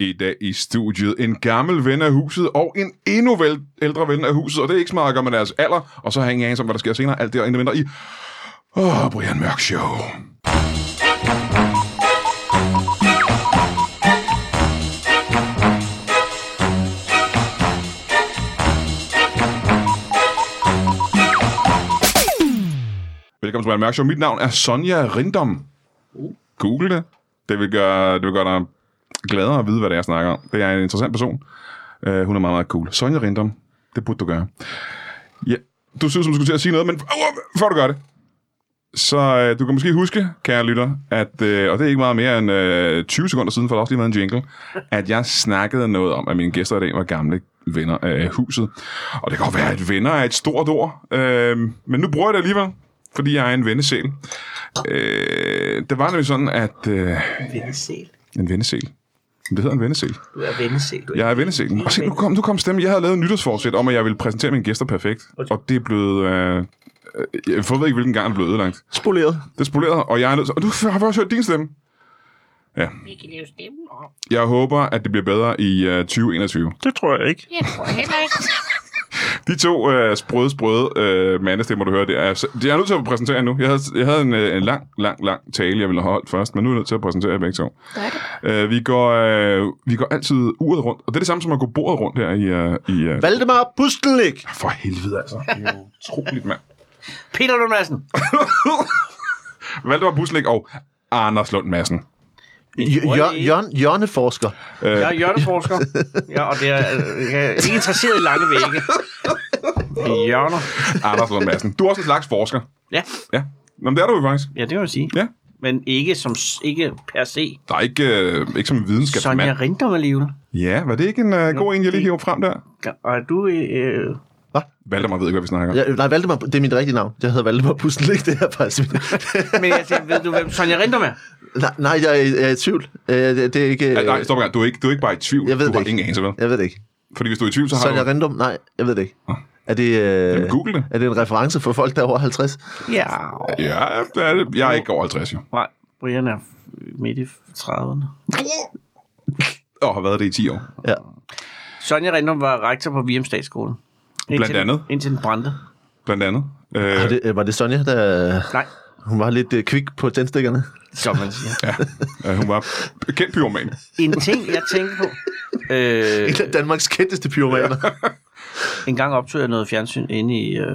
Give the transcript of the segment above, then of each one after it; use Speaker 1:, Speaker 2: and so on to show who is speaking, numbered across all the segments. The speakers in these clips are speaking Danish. Speaker 1: i dag i studiet. En gammel ven af huset, og en endnu vel, ældre ven af huset, og det er ikke smager med deres alder, og så har jeg ingen anelse om, hvad der sker senere. Alt det og endnu mindre i Åh, oh, Brian Mørk Show. Velkommen til Brian Mørk Show. Mit navn er Sonja Rindom. Google det. Det vil gøre, det vil gøre dig gladere at vide, hvad det er, jeg snakker om. Det er en interessant person. Uh, hun er meget, meget cool. Sonja Rindom. Det burde du gøre. Ja, du synes, som du skulle til at sige noget, men uh, før du gør det, så øh, du kan måske huske, kære lytter, at, øh, og det er ikke meget mere end øh, 20 sekunder siden, for der har også lige været en jingle, at jeg snakkede noget om, at mine gæster i dag var gamle venner af huset. Og det kan godt være, at venner er et stort ord, øh, men nu bruger jeg det alligevel, fordi jeg er en vennesæl. Øh, det var nemlig sådan, at... Øh,
Speaker 2: Vendesæl.
Speaker 1: en vennesæl. Det hedder en vennesæl.
Speaker 2: Du er vendesæl. Du er
Speaker 1: Jeg er
Speaker 2: ikke
Speaker 1: vendesælen.
Speaker 2: en
Speaker 1: Og se, nu kom, nu kom stemmen. Jeg havde lavet en nytårsforsæt om, at jeg ville præsentere mine gæster perfekt. Og det er blevet... Øh, øh, jeg ved ikke, hvilken gang det blev ødelagt.
Speaker 3: Spoleret.
Speaker 1: Det er spoleret, og jeg er nødt til... Og du har vi også hørt din stemme. Ja.
Speaker 4: Vi kan lave stemmen op.
Speaker 1: Jeg håber, at det bliver bedre i øh, 2021.
Speaker 3: Det tror jeg ikke.
Speaker 4: Jeg tror heller ikke.
Speaker 1: De to øh, sprøde, sprøde øh, mandestemmer, du hører, det er, så- det er jeg nødt til at præsentere nu. Jeg havde, jeg havde en, øh, en lang, lang, lang tale, jeg ville have holdt først, men nu er jeg nødt til at præsentere jer begge to. Øh, vi, går, øh, vi går altid uret rundt, og det er det samme som at gå bordet rundt her i... Øh, i øh,
Speaker 3: Valdemar Pustelnik.
Speaker 1: for helvede, altså. Det er jo utroligt, mand.
Speaker 2: Peter Lund Madsen.
Speaker 1: Valdemar Buslik og Anders Lund Madsen.
Speaker 2: tror jeg ikke.
Speaker 3: Jørn, Jørneforsker.
Speaker 2: Jeg er hjørneforsker. Ja, og det er, øh, jeg er ikke interesseret i lange vægge. Hjørner.
Speaker 1: Anders Lund Madsen. Du er også en slags forsker.
Speaker 2: Ja,
Speaker 1: Ja. Nå, men det er du jo faktisk.
Speaker 2: ja det må jeg sige.
Speaker 1: Ja.
Speaker 2: Men ikke, som, s- ikke per se.
Speaker 1: Der er ikke, øh, ikke som en videnskabsmand.
Speaker 2: Sonja Rindom alligevel.
Speaker 1: Ja, var det ikke en øh, god en, jeg lige hiver frem der?
Speaker 2: Og er du... Øh,
Speaker 1: Valdemar ved ikke, hvad vi snakker om. Ja.
Speaker 3: Ja, nej, Valdemar, det er mit rigtige navn. Jeg hedder Valdemar Pustelnik, det er faktisk mit.
Speaker 2: men jeg tænker, ved du, hvem Sonja Rindom er?
Speaker 3: nej, nej, jeg er, jeg er i tvivl. Øh, Det, det er ikke...
Speaker 1: Nej,
Speaker 3: øh,
Speaker 1: stop en gang. Du er ikke, du er ikke bare i tvivl.
Speaker 3: Jeg ved
Speaker 1: du
Speaker 3: det
Speaker 1: har
Speaker 3: ikke.
Speaker 1: ingen anelse, vel?
Speaker 3: jeg ved det ikke.
Speaker 1: Fordi hvis du er i tvivl, så har
Speaker 3: Sonja
Speaker 1: du...
Speaker 3: Rindum? Nej, jeg ved det ikke. Er det, øh,
Speaker 1: Jamen, google det.
Speaker 3: er det en reference for folk, der er over 50?
Speaker 2: Ja.
Speaker 1: Ja, det er det. jeg er ikke over 50, jo.
Speaker 2: Nej, Brian er midt i 30'erne.
Speaker 1: Og har været det i 10 år.
Speaker 3: Ja.
Speaker 2: Sonja Rindom var rektor på Virum Statsskole. Indtil-
Speaker 1: andet.
Speaker 2: Indtil den brændte.
Speaker 1: Blandt andet. Øh,
Speaker 3: Var, det, øh, var det Sonja, der...
Speaker 2: Nej,
Speaker 3: Hun var lidt øh, kvik på tændstikkerne.
Speaker 2: som man siger.
Speaker 1: ja, øh, hun var kendt pyroman.
Speaker 2: En ting, jeg tænkte på. Øh,
Speaker 3: En af Danmarks kendteste pyromaner.
Speaker 2: en gang optog jeg noget fjernsyn inde i øh,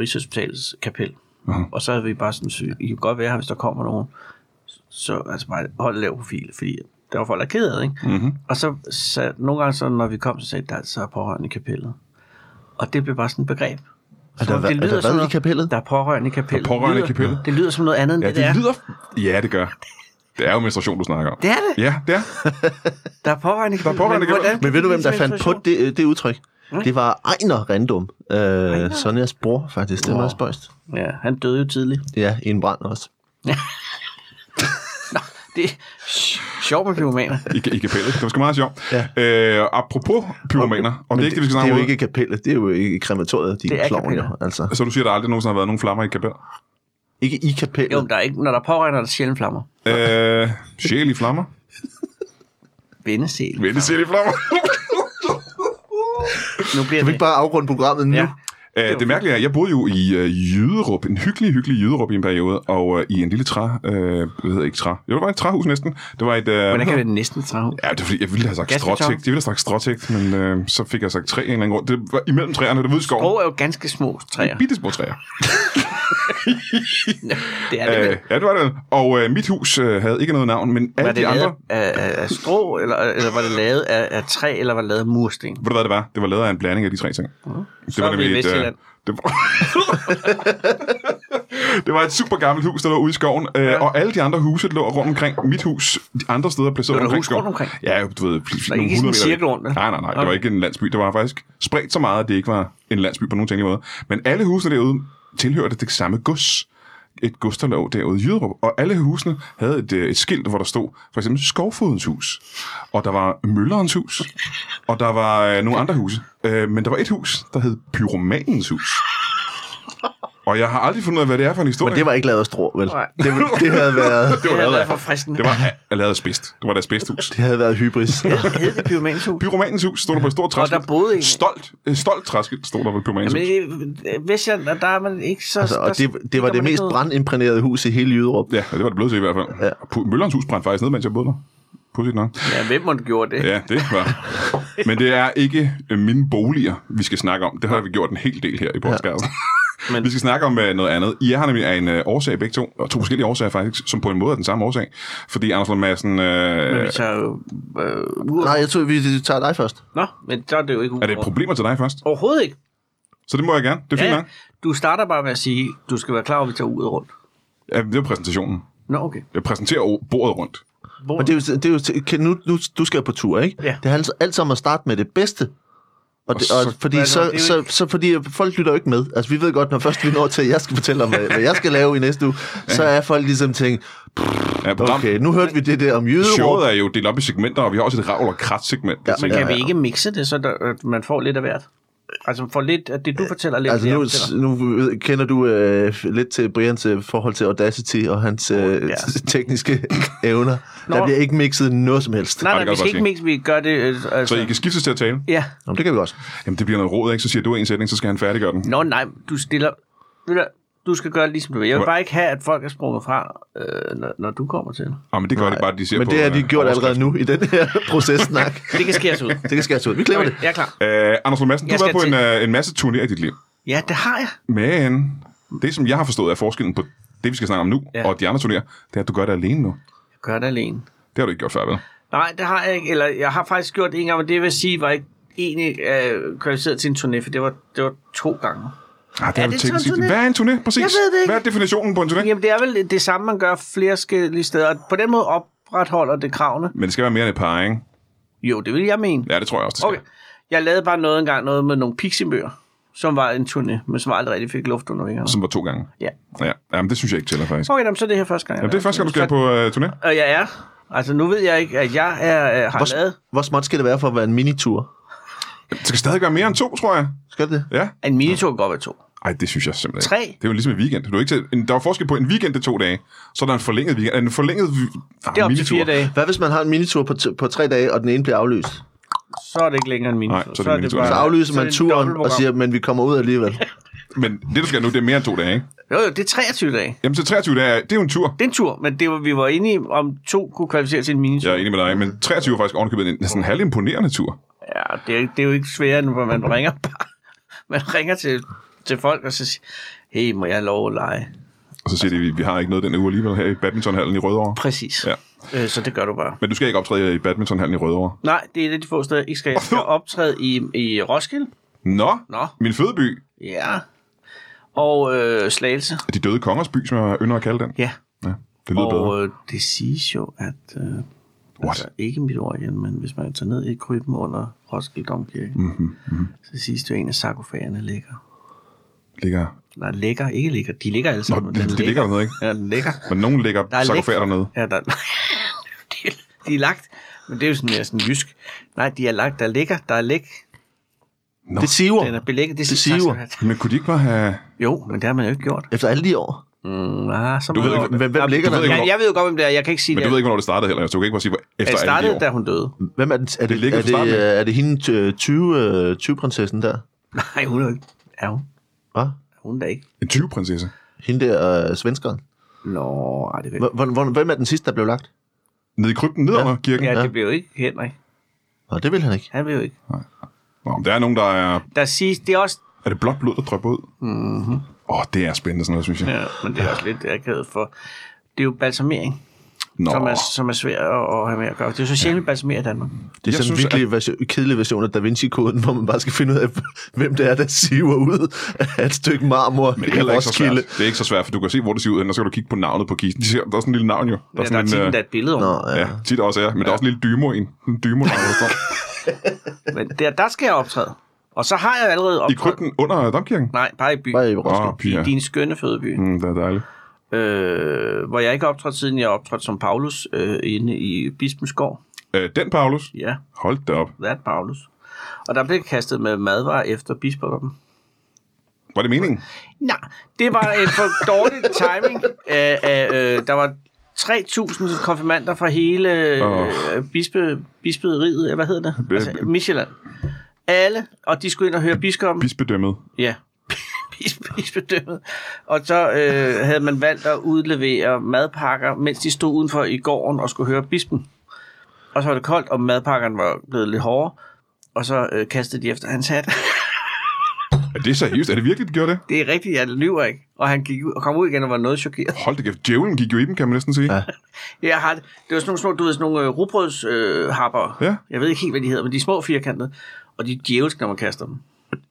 Speaker 2: Rigshospitalets kapel.
Speaker 1: Mhm.
Speaker 2: Og så havde vi bare sådan, sy- I kan godt være her, hvis der kommer nogen. Så altså bare hold lav profil, fordi der var folk, der er ked af det, ikke?
Speaker 3: Mhm.
Speaker 1: Mm-hmm.
Speaker 2: Og så, så nogle gange, så, når vi kom, så sagde de, der er altså pårørende i kapellet. Og det blev bare sådan et begreb.
Speaker 3: Er der,
Speaker 2: Som om
Speaker 3: hva- er der
Speaker 2: som
Speaker 3: hvad i
Speaker 2: noget-
Speaker 3: kapellet?
Speaker 2: Der er pårørende i kapellet.
Speaker 1: Der er pårørende i
Speaker 2: Lyder-
Speaker 1: kapellet.
Speaker 2: Det lyder som noget andet, end
Speaker 1: Ja,
Speaker 2: det,
Speaker 1: det
Speaker 2: det er.
Speaker 1: lyder... Ja, det gør. Det er jo menstruation, du snakker om.
Speaker 2: Det er det.
Speaker 1: Ja, det er.
Speaker 2: Der er pårørende i kapellet.
Speaker 1: pårørende i kapellet.
Speaker 2: hvordan kan
Speaker 3: Men ved du,
Speaker 2: det
Speaker 3: hvem der
Speaker 2: vise
Speaker 3: fandt på
Speaker 2: menstruation?
Speaker 3: det, øh, det udtryk? Det var Ejner Randum, øh, Sonjas bror faktisk. Det var
Speaker 2: Nå.
Speaker 3: wow. spøjst.
Speaker 2: Ja, han døde jo tidligt.
Speaker 3: Ja, i en brand også.
Speaker 2: Det er sjovt med pyromaner.
Speaker 1: I, i kapellet. Det var sgu meget sjovt.
Speaker 3: Ja.
Speaker 1: Øh, apropos pyromaner, og det er ikke det, vi skal
Speaker 3: det
Speaker 1: snakke
Speaker 3: er
Speaker 1: om.
Speaker 3: jo
Speaker 1: nu.
Speaker 3: ikke kapellet, det er jo i krimatoriet, de
Speaker 2: Det er
Speaker 3: klovner jo.
Speaker 2: kapellet.
Speaker 3: Altså.
Speaker 1: Så du siger, at der aldrig nogensinde har været nogen flammer i et kapel?
Speaker 3: Ikke i
Speaker 2: Jo,
Speaker 3: kapellet.
Speaker 2: men der er ikke, når der er pårørende, er der sjældent flammer.
Speaker 1: Øh, sjæl i flammer?
Speaker 2: Vendesæl.
Speaker 1: Vældig sjæl i flammer.
Speaker 2: Nu bliver
Speaker 3: Kan vi
Speaker 2: det.
Speaker 3: ikke bare afrunde programmet nu?
Speaker 2: Ja.
Speaker 3: Ja.
Speaker 1: Æh, Øh, det mærkelige er, at jeg boede jo i øh, Jyderup, en hyggelig, hyggelig Jyderup i en periode, og øh, i en lille træ, øh, jeg ved ikke træ, jo, det var et træhus næsten. Det var et... Øh,
Speaker 2: Hvordan kan det næsten træde ud?
Speaker 1: Ja, det er fordi, jeg ville have sagt
Speaker 2: Gasbeton?
Speaker 1: stråtægt, jeg ville have sagt stråtægt, men øh, så fik jeg sagt træ af en eller anden grund. Det var imellem træerne, det var ude i skoven.
Speaker 2: Grå er jo ganske små træer.
Speaker 1: Bitte små træer.
Speaker 2: Det er det
Speaker 1: Øh,
Speaker 2: vel.
Speaker 1: ja, det var det. Og øh, mit hus øh, havde ikke noget navn, men alle
Speaker 2: Var det
Speaker 1: de andre...
Speaker 2: lavet af, af, af strå, eller, eller var det lavet af, af træ, eller var det lavet af mursten?
Speaker 1: Ved du, hvad det var? Det var lavet af en blanding af de tre ting. Mm. Det
Speaker 2: Så er vi i
Speaker 1: øh,
Speaker 2: Vestjylland.
Speaker 1: det, var... det var et super gammelt hus, der lå ude i skoven, øh, og alle de andre huse lå rundt omkring. Mit hus, de andre steder placeret
Speaker 2: Lå der
Speaker 1: rundt omkring
Speaker 2: hus rundt
Speaker 1: skoven.
Speaker 2: omkring?
Speaker 1: Ja, jo, du ved,
Speaker 2: sådan en cirkel rundt, vel?
Speaker 1: Nej, nej, nej. Det var
Speaker 2: Okay.
Speaker 1: ikke en landsby. Det var faktisk spredt så meget, at det ikke var en landsby på nogen tænkelig måde. Men alle husene derude tilhørte det samme gods et gods, der lå derude i Jyderup. Og alle husene havde et, øh, et skilt, hvor der stod for eksempel Skovfodens hus, og der var Møllerens hus, og der var øh, nogle andre huse. Øh, men der var et hus, der hed Pyromanens hus. Og jeg har aldrig fundet ud af, hvad det er for en historie.
Speaker 3: Men det var ikke lavet af strå, vel?
Speaker 2: Nej.
Speaker 3: Det, det, havde været,
Speaker 2: Det
Speaker 1: var
Speaker 2: var
Speaker 1: lavet
Speaker 2: været
Speaker 1: af-
Speaker 2: forfriskende.
Speaker 1: det var jeg lavede spidst. Det var deres spidsthus.
Speaker 3: det havde været hybris.
Speaker 2: Hed det pyromanens hus?
Speaker 1: Pyromanens hus stod der på et stort træsket.
Speaker 2: Og der boede en.
Speaker 1: Stolt, øh, stolt træsket stod der på pyromanens
Speaker 2: Jamen,
Speaker 1: hus.
Speaker 2: i Vestjylland, øh, der, der er man ikke så...
Speaker 3: Altså, og
Speaker 2: der,
Speaker 3: det, det var
Speaker 2: der
Speaker 3: det
Speaker 2: man
Speaker 3: mest
Speaker 2: ikke noget-
Speaker 3: brandimprægnerede hus i hele Jyderup.
Speaker 1: Ja, og det var det blevet til i hvert fald.
Speaker 3: Ja.
Speaker 1: Pu- Møllerens hus brændte faktisk ned, mens jeg boede der. Pudsigt nok.
Speaker 2: Ja, hvem måtte gjorde det?
Speaker 1: Ja, det var. Men det er ikke øh, mine boliger, vi skal snakke om. Det har vi gjort en hel del her i podcasten. Ja.
Speaker 2: Men-
Speaker 1: vi skal snakke om øh, noget andet. I er her nemlig af en øh, årsag begge to, og to forskellige årsager faktisk, som på en måde er den samme årsag. Fordi Anders Lund Madsen,
Speaker 2: Men
Speaker 1: øh,
Speaker 2: vi tager jo... Øh, ud.
Speaker 3: Nej, jeg tror, vi vi tager dig først.
Speaker 2: Nå, men så er det jo ikke
Speaker 1: er det problemer til dig først?
Speaker 2: Overhovedet ikke.
Speaker 1: Så det må jeg gerne. Det er fint ja.
Speaker 2: Ja,
Speaker 1: nok.
Speaker 2: du starter bare med at sige, du skal være klar over, at vi tager ud rundt.
Speaker 1: Ja, det er præsentationen.
Speaker 2: Nå, okay.
Speaker 1: Jeg præsenterer o- bordet rundt.
Speaker 2: Hvor,
Speaker 3: Men det er jo, det er jo kan- nu, nu, du skal jo på tur, ikke?
Speaker 2: Ja.
Speaker 3: Det handler alt sammen om at starte med det bedste. Og, det, og
Speaker 1: så-
Speaker 3: fordi,
Speaker 2: Altså,
Speaker 3: så,
Speaker 2: det er jo
Speaker 3: så, så, fordi folk lytter jo ikke med. Altså, vi ved godt, når først vi når til, at jeg skal fortælle om, hvad, hvad jeg skal lave i næste uge, så er folk ligesom tænkt,
Speaker 1: Ja, program-
Speaker 3: okay, nu hørte vi det der om jyderåd.
Speaker 1: Showet er jo delt op i segmenter, og vi har også et ravl- og krat-segment.
Speaker 3: Ja,
Speaker 1: Ja,
Speaker 2: men kan
Speaker 3: ja,
Speaker 2: vi
Speaker 3: ja.
Speaker 2: ikke mixe det, så der, at man får lidt af hvert? Altså, man får lidt af det, du fortæller, lidt
Speaker 3: Altså,
Speaker 2: af det,
Speaker 3: nu,
Speaker 2: jeg fortæller.
Speaker 3: nu ved- kender du øh, lidt til Brians øh, forhold til Audacity og hans øh,
Speaker 2: Ja.
Speaker 3: tekniske evner. Der
Speaker 2: Nå.
Speaker 3: bliver ikke mixet noget som helst.
Speaker 1: Ej,
Speaker 2: Nej,
Speaker 1: det
Speaker 2: nej,
Speaker 1: kan
Speaker 2: vi skal
Speaker 1: jeg
Speaker 2: ikke
Speaker 1: godt
Speaker 2: mixe, vi gør det... øh,
Speaker 1: så
Speaker 2: Altså,
Speaker 1: I kan skiftes til at tale.
Speaker 2: Ja.
Speaker 3: Jamen, det kan vi også.
Speaker 1: Jamen, det bliver noget råd, ikke? Så siger du en sætning, så skal han færdiggøre den.
Speaker 2: Nå, nej, du stiller... Ved du, hvad, du skal gøre ligesom du vil. Jeg vil
Speaker 1: Hvor-
Speaker 2: bare ikke have, at folk er sprunget fra, øh, når, når du kommer til.
Speaker 1: Nå, Ah, men det gør det bare, de ser
Speaker 3: Men
Speaker 1: på...
Speaker 3: det har de
Speaker 1: øh,
Speaker 3: gjort
Speaker 1: overskriften.
Speaker 3: allerede nu i den her processnak.
Speaker 2: Det kan skæres ud.
Speaker 3: det kan skæres ud. Vi klipper det.
Speaker 2: Jeg er klar.
Speaker 1: Øh, Anders Lund Madsen, du
Speaker 2: Jeg
Speaker 1: har
Speaker 2: skal
Speaker 1: været på en,
Speaker 2: til-
Speaker 1: øh, en masse turnéer i dit liv.
Speaker 2: Ja, det har jeg.
Speaker 1: Men det, som jeg har forstået, er forskellen på det, vi skal snakke om nu, ja.
Speaker 2: Ja.
Speaker 1: og de andre turnéer, det er, at du gør det alene nu.
Speaker 2: Jeg gør det alene.
Speaker 1: Det har du ikke gjort før, vel?
Speaker 3: Ah,
Speaker 2: Nej, det har jeg ikke. Eller jeg har faktisk gjort det en gang, men det vil sige, var ikke egentlig øh, kvalificeret til en turné, for det var, det var to gange.
Speaker 1: Ah, det er,
Speaker 2: Er
Speaker 1: er
Speaker 2: det
Speaker 1: det
Speaker 2: sådan en turné?
Speaker 1: Hvad er en turné, præcis?
Speaker 2: Jeg ved det ikke.
Speaker 1: Hvad er definitionen på en turné?
Speaker 2: Jamen, det er vel det samme, man gør flere forskellige steder. Og På den måde opretholder det kravene.
Speaker 1: Men det skal være mere end et par, ikke?
Speaker 2: Jo, det vil jeg mene.
Speaker 1: Ja, det tror jeg også, det skal.
Speaker 2: Okay. Jeg lavede bare noget engang, noget med nogle pixiebøger, som var en turné, men som aldrig rigtig fik luft under vingerne.
Speaker 1: Som var to gange.
Speaker 2: Ja.
Speaker 1: Ja, jamen, det synes jeg ikke tæller, faktisk.
Speaker 2: Okay, jamen, så er det her første gang. jeg
Speaker 1: Jamen, det er
Speaker 2: laver
Speaker 1: første gang, du skal
Speaker 2: turné.
Speaker 1: på øh, turné.
Speaker 2: Så- Og jeg er. Altså, nu ved jeg ikke, at jeg er, øh, har
Speaker 3: Hvor,
Speaker 2: lavet
Speaker 3: hvor småt skal det være for at være en minitur?
Speaker 1: Det skal stadig være mere end to, tror jeg.
Speaker 3: Skal det?
Speaker 1: Ja.
Speaker 2: en minitur, kan godt være to.
Speaker 1: Ej, det synes jeg simpelthen
Speaker 2: Tre?
Speaker 1: ikke. Det er jo ligesom en weekend. Du er ikke til, en, der er forskel på en weekend, det er to dage. Så er der en forlænget weekend. En forlænget... vi- Ah,
Speaker 2: Det er op til
Speaker 1: minitur.
Speaker 2: fire dage.
Speaker 3: Hvad hvis man har en minitur på, t- på tre dage, og den ene bliver aflyst?
Speaker 2: Så er det ikke længere en minitur.
Speaker 1: Nej, så er det en minitur.
Speaker 3: Så
Speaker 1: Ja,
Speaker 3: aflyser
Speaker 2: så er
Speaker 3: man
Speaker 2: det et
Speaker 3: turen og
Speaker 2: dobbeltprogram.
Speaker 3: siger, men vi kommer ud alligevel.
Speaker 1: Men det, du skal nu, det er mere end to dage, ikke?
Speaker 2: Jo, jo, det er 23 dage.
Speaker 1: Jamen, så 23 dage, er- det er jo en tur.
Speaker 2: Det er en tur, men det var, vi var enige om, to kunne kvalificere til en minitur.
Speaker 1: Jeg
Speaker 2: Ja,
Speaker 1: er enig med dig, men 23 er faktisk ovenikøbet en næsten halv imponerende tur.
Speaker 2: ja det, er, ikke- det er jo ikke sværere, end hvor man ringer bare. Man ringer til, til folk og så siger, hey, må jeg have lov at lege?
Speaker 1: Og så siger de, vi, vi har ikke noget den uge alligevel her i badmintonhallen i Rødovre.
Speaker 2: Præcis.
Speaker 1: Ja.
Speaker 2: Ja. Øh, så det gør du bare.
Speaker 1: Men du skal ikke optræde i badmintonhallen i Rødovre.
Speaker 2: Nej, det er et af de få steder, jeg ikke skal. Jeg skal optræde i, i Roskilde.
Speaker 1: Nå,
Speaker 2: Nå.
Speaker 1: min fødeby.
Speaker 2: Ja. Og øh, Slagelse.
Speaker 1: De døde kongers by, som jeg ynder at kalde den.
Speaker 2: Ja.
Speaker 1: ja det lyder bedre.
Speaker 2: Og øh, det siges jo, at... Øh,
Speaker 1: What?
Speaker 2: altså, ikke mit ord igen, men hvis man tager ned i kryben under Roskilde Domkirke, mm-hmm,
Speaker 1: Mhm,
Speaker 2: mm-hmm. så siges det jo, at en af sarkofagerne ligger
Speaker 1: Ligger.
Speaker 2: Nej, ligger, ikke ligger. De ligger alle
Speaker 1: Nå,
Speaker 2: sammen.
Speaker 1: de,
Speaker 2: Den
Speaker 1: de ligger dernede, ikke?
Speaker 2: Ja, den ligger.
Speaker 1: Men nogen ligger
Speaker 2: Der er
Speaker 1: sarkofager
Speaker 2: læg-
Speaker 1: dernede.
Speaker 2: Ja, der... de, de er lagt. Men det er jo sådan, mere sådan jysk. Nej, de er lagt. Der ligger, der er læg.
Speaker 1: Nå.
Speaker 3: Det siver.
Speaker 2: Den er belægget. Det,
Speaker 3: Det
Speaker 2: siger-
Speaker 3: siver.
Speaker 2: Tak skal
Speaker 1: Men kunne de ikke bare have...
Speaker 2: du have. Jo, men det har man jo ikke gjort.
Speaker 3: Efter alle de år.
Speaker 2: Mm, ah, så
Speaker 1: Du ved
Speaker 2: meget
Speaker 1: ikke,
Speaker 2: over-
Speaker 3: Hvem, hvem ligger
Speaker 1: du
Speaker 3: der?
Speaker 1: ved ikke,
Speaker 2: jeg, jeg ved jo godt, hvem det er. Jeg kan ikke sige
Speaker 1: Men
Speaker 2: det.
Speaker 1: du ved ikke, hvornår det startede heller. Så du kan ikke bare sige, hvor- efter alle
Speaker 2: det
Speaker 1: de
Speaker 2: startede,
Speaker 1: år.
Speaker 2: da hun døde.
Speaker 3: Hvem er, den, er, det,
Speaker 1: ligger
Speaker 3: er,
Speaker 1: på starten, ikke?
Speaker 3: det, er det hende øh, 20, øh, 20-prinsessen der?
Speaker 2: Nej, hun er jo ikke. Er hun?
Speaker 3: Hvad?
Speaker 2: Er hun da ikke?
Speaker 1: En 20-prinsesse.
Speaker 3: Hende der øh, svenskeren.
Speaker 2: Nå, ej, det ved jeg
Speaker 3: Hvor- hvor- hvor- Hvem er den sidste, der blev lagt?
Speaker 1: Nede i krypten, ned under kirken.
Speaker 2: ikke.
Speaker 1: Ja.
Speaker 2: Ja, det blev jo ikke Henrik.
Speaker 3: Nå, det vil han ikke.
Speaker 2: Han blev jo ikke.
Speaker 1: Nå, men der er nogen, der er...
Speaker 2: Der siges, det er også...
Speaker 1: Er det blåt blod, der drøber ud? Åh, mm-hmm. oh, det er spændende, sådan noget, synes jeg. Ja.
Speaker 2: Ja, men det er også lidt akavet for... Det er jo balsamering.
Speaker 1: Nå,
Speaker 2: som er, som er svær at, at have med at gøre. Det er jo så sjældent, vi balsamerer i Danmark.
Speaker 3: Det er
Speaker 1: Jeg
Speaker 3: sådan en
Speaker 1: synes,
Speaker 3: virkelig version, kedelig version af Da Vinci-koden, hvor man bare skal finde ud af, hvem det er, der siver ud af et stykke marmor
Speaker 1: men
Speaker 3: i
Speaker 1: det er, heller ikke så
Speaker 3: Roskilde.
Speaker 1: svært. det er ikke så svært, for du kan se, hvor det ser ud hen, og så kan du kigge på navnet på kisten. De ser, der er sådan en lille navn jo.
Speaker 2: Der er, ja, der er tit
Speaker 1: sådan
Speaker 2: endda et billede
Speaker 3: Nå,
Speaker 2: over.
Speaker 1: øh,
Speaker 3: ja.
Speaker 1: ja, tit også er, men der er også en lille dymo en. En dymo der står.
Speaker 2: Men der, der skal jeg optræde. Og så har jeg allerede
Speaker 1: I
Speaker 2: optrædet.
Speaker 1: krypten under domkirken.
Speaker 2: Nej, bare i byen.
Speaker 3: Bare i
Speaker 1: Åh,
Speaker 3: Roskilde.
Speaker 1: oh, piger.
Speaker 2: I din skønne fødeby.
Speaker 1: Mm, det er dejligt.
Speaker 2: Øh, hvor jeg ikke har optrådt, siden jeg optrådte som Paulus øh, inde i Bispens Gård.
Speaker 1: Øh, den Paulus.
Speaker 2: Ja,
Speaker 1: Hold da op.
Speaker 2: that Paulus. Og der blev kastet med madvarer efter biskoppen.
Speaker 1: Var det meningen?
Speaker 2: Nej, det var et for dårligt timing. Af, af, øh, der var 3.000 konfirmander fra hele
Speaker 1: Åh.
Speaker 2: øh, bispe, bisperiet, eller hvad hedder det?
Speaker 1: Hvad-
Speaker 2: Altså, Michelin. Alle, og de skulle ind og høre biskoppen.
Speaker 1: Bispedømmet.
Speaker 2: Ja, bis- bispedømmet. Og så øh, havde man valgt at udlevere madpakker, mens de stod udenfor i gården og skulle høre bispen. Og så var det koldt, og madpakkerne var blevet lidt hårde. Og så øh, kastede de efter hans hat.
Speaker 1: Er det seriøst? Er det virkelig, de gjorde det?
Speaker 2: Det er rigtigt, jeg lyver ikke. Og han gik ud, og kom ud igen og var noget chokeret.
Speaker 1: Hold da kæft, djævlen gik jo i dem, kan man næsten sige.
Speaker 3: Ja.
Speaker 2: Jeg har, det var sådan nogle små, du ved, sådan nogle øh, rugbrødshapper. Øh, happer.
Speaker 1: Ja.
Speaker 2: Jeg ved ikke helt, hvad de hedder, men de er små firkantede. Og de er djævelske, når man kaster dem.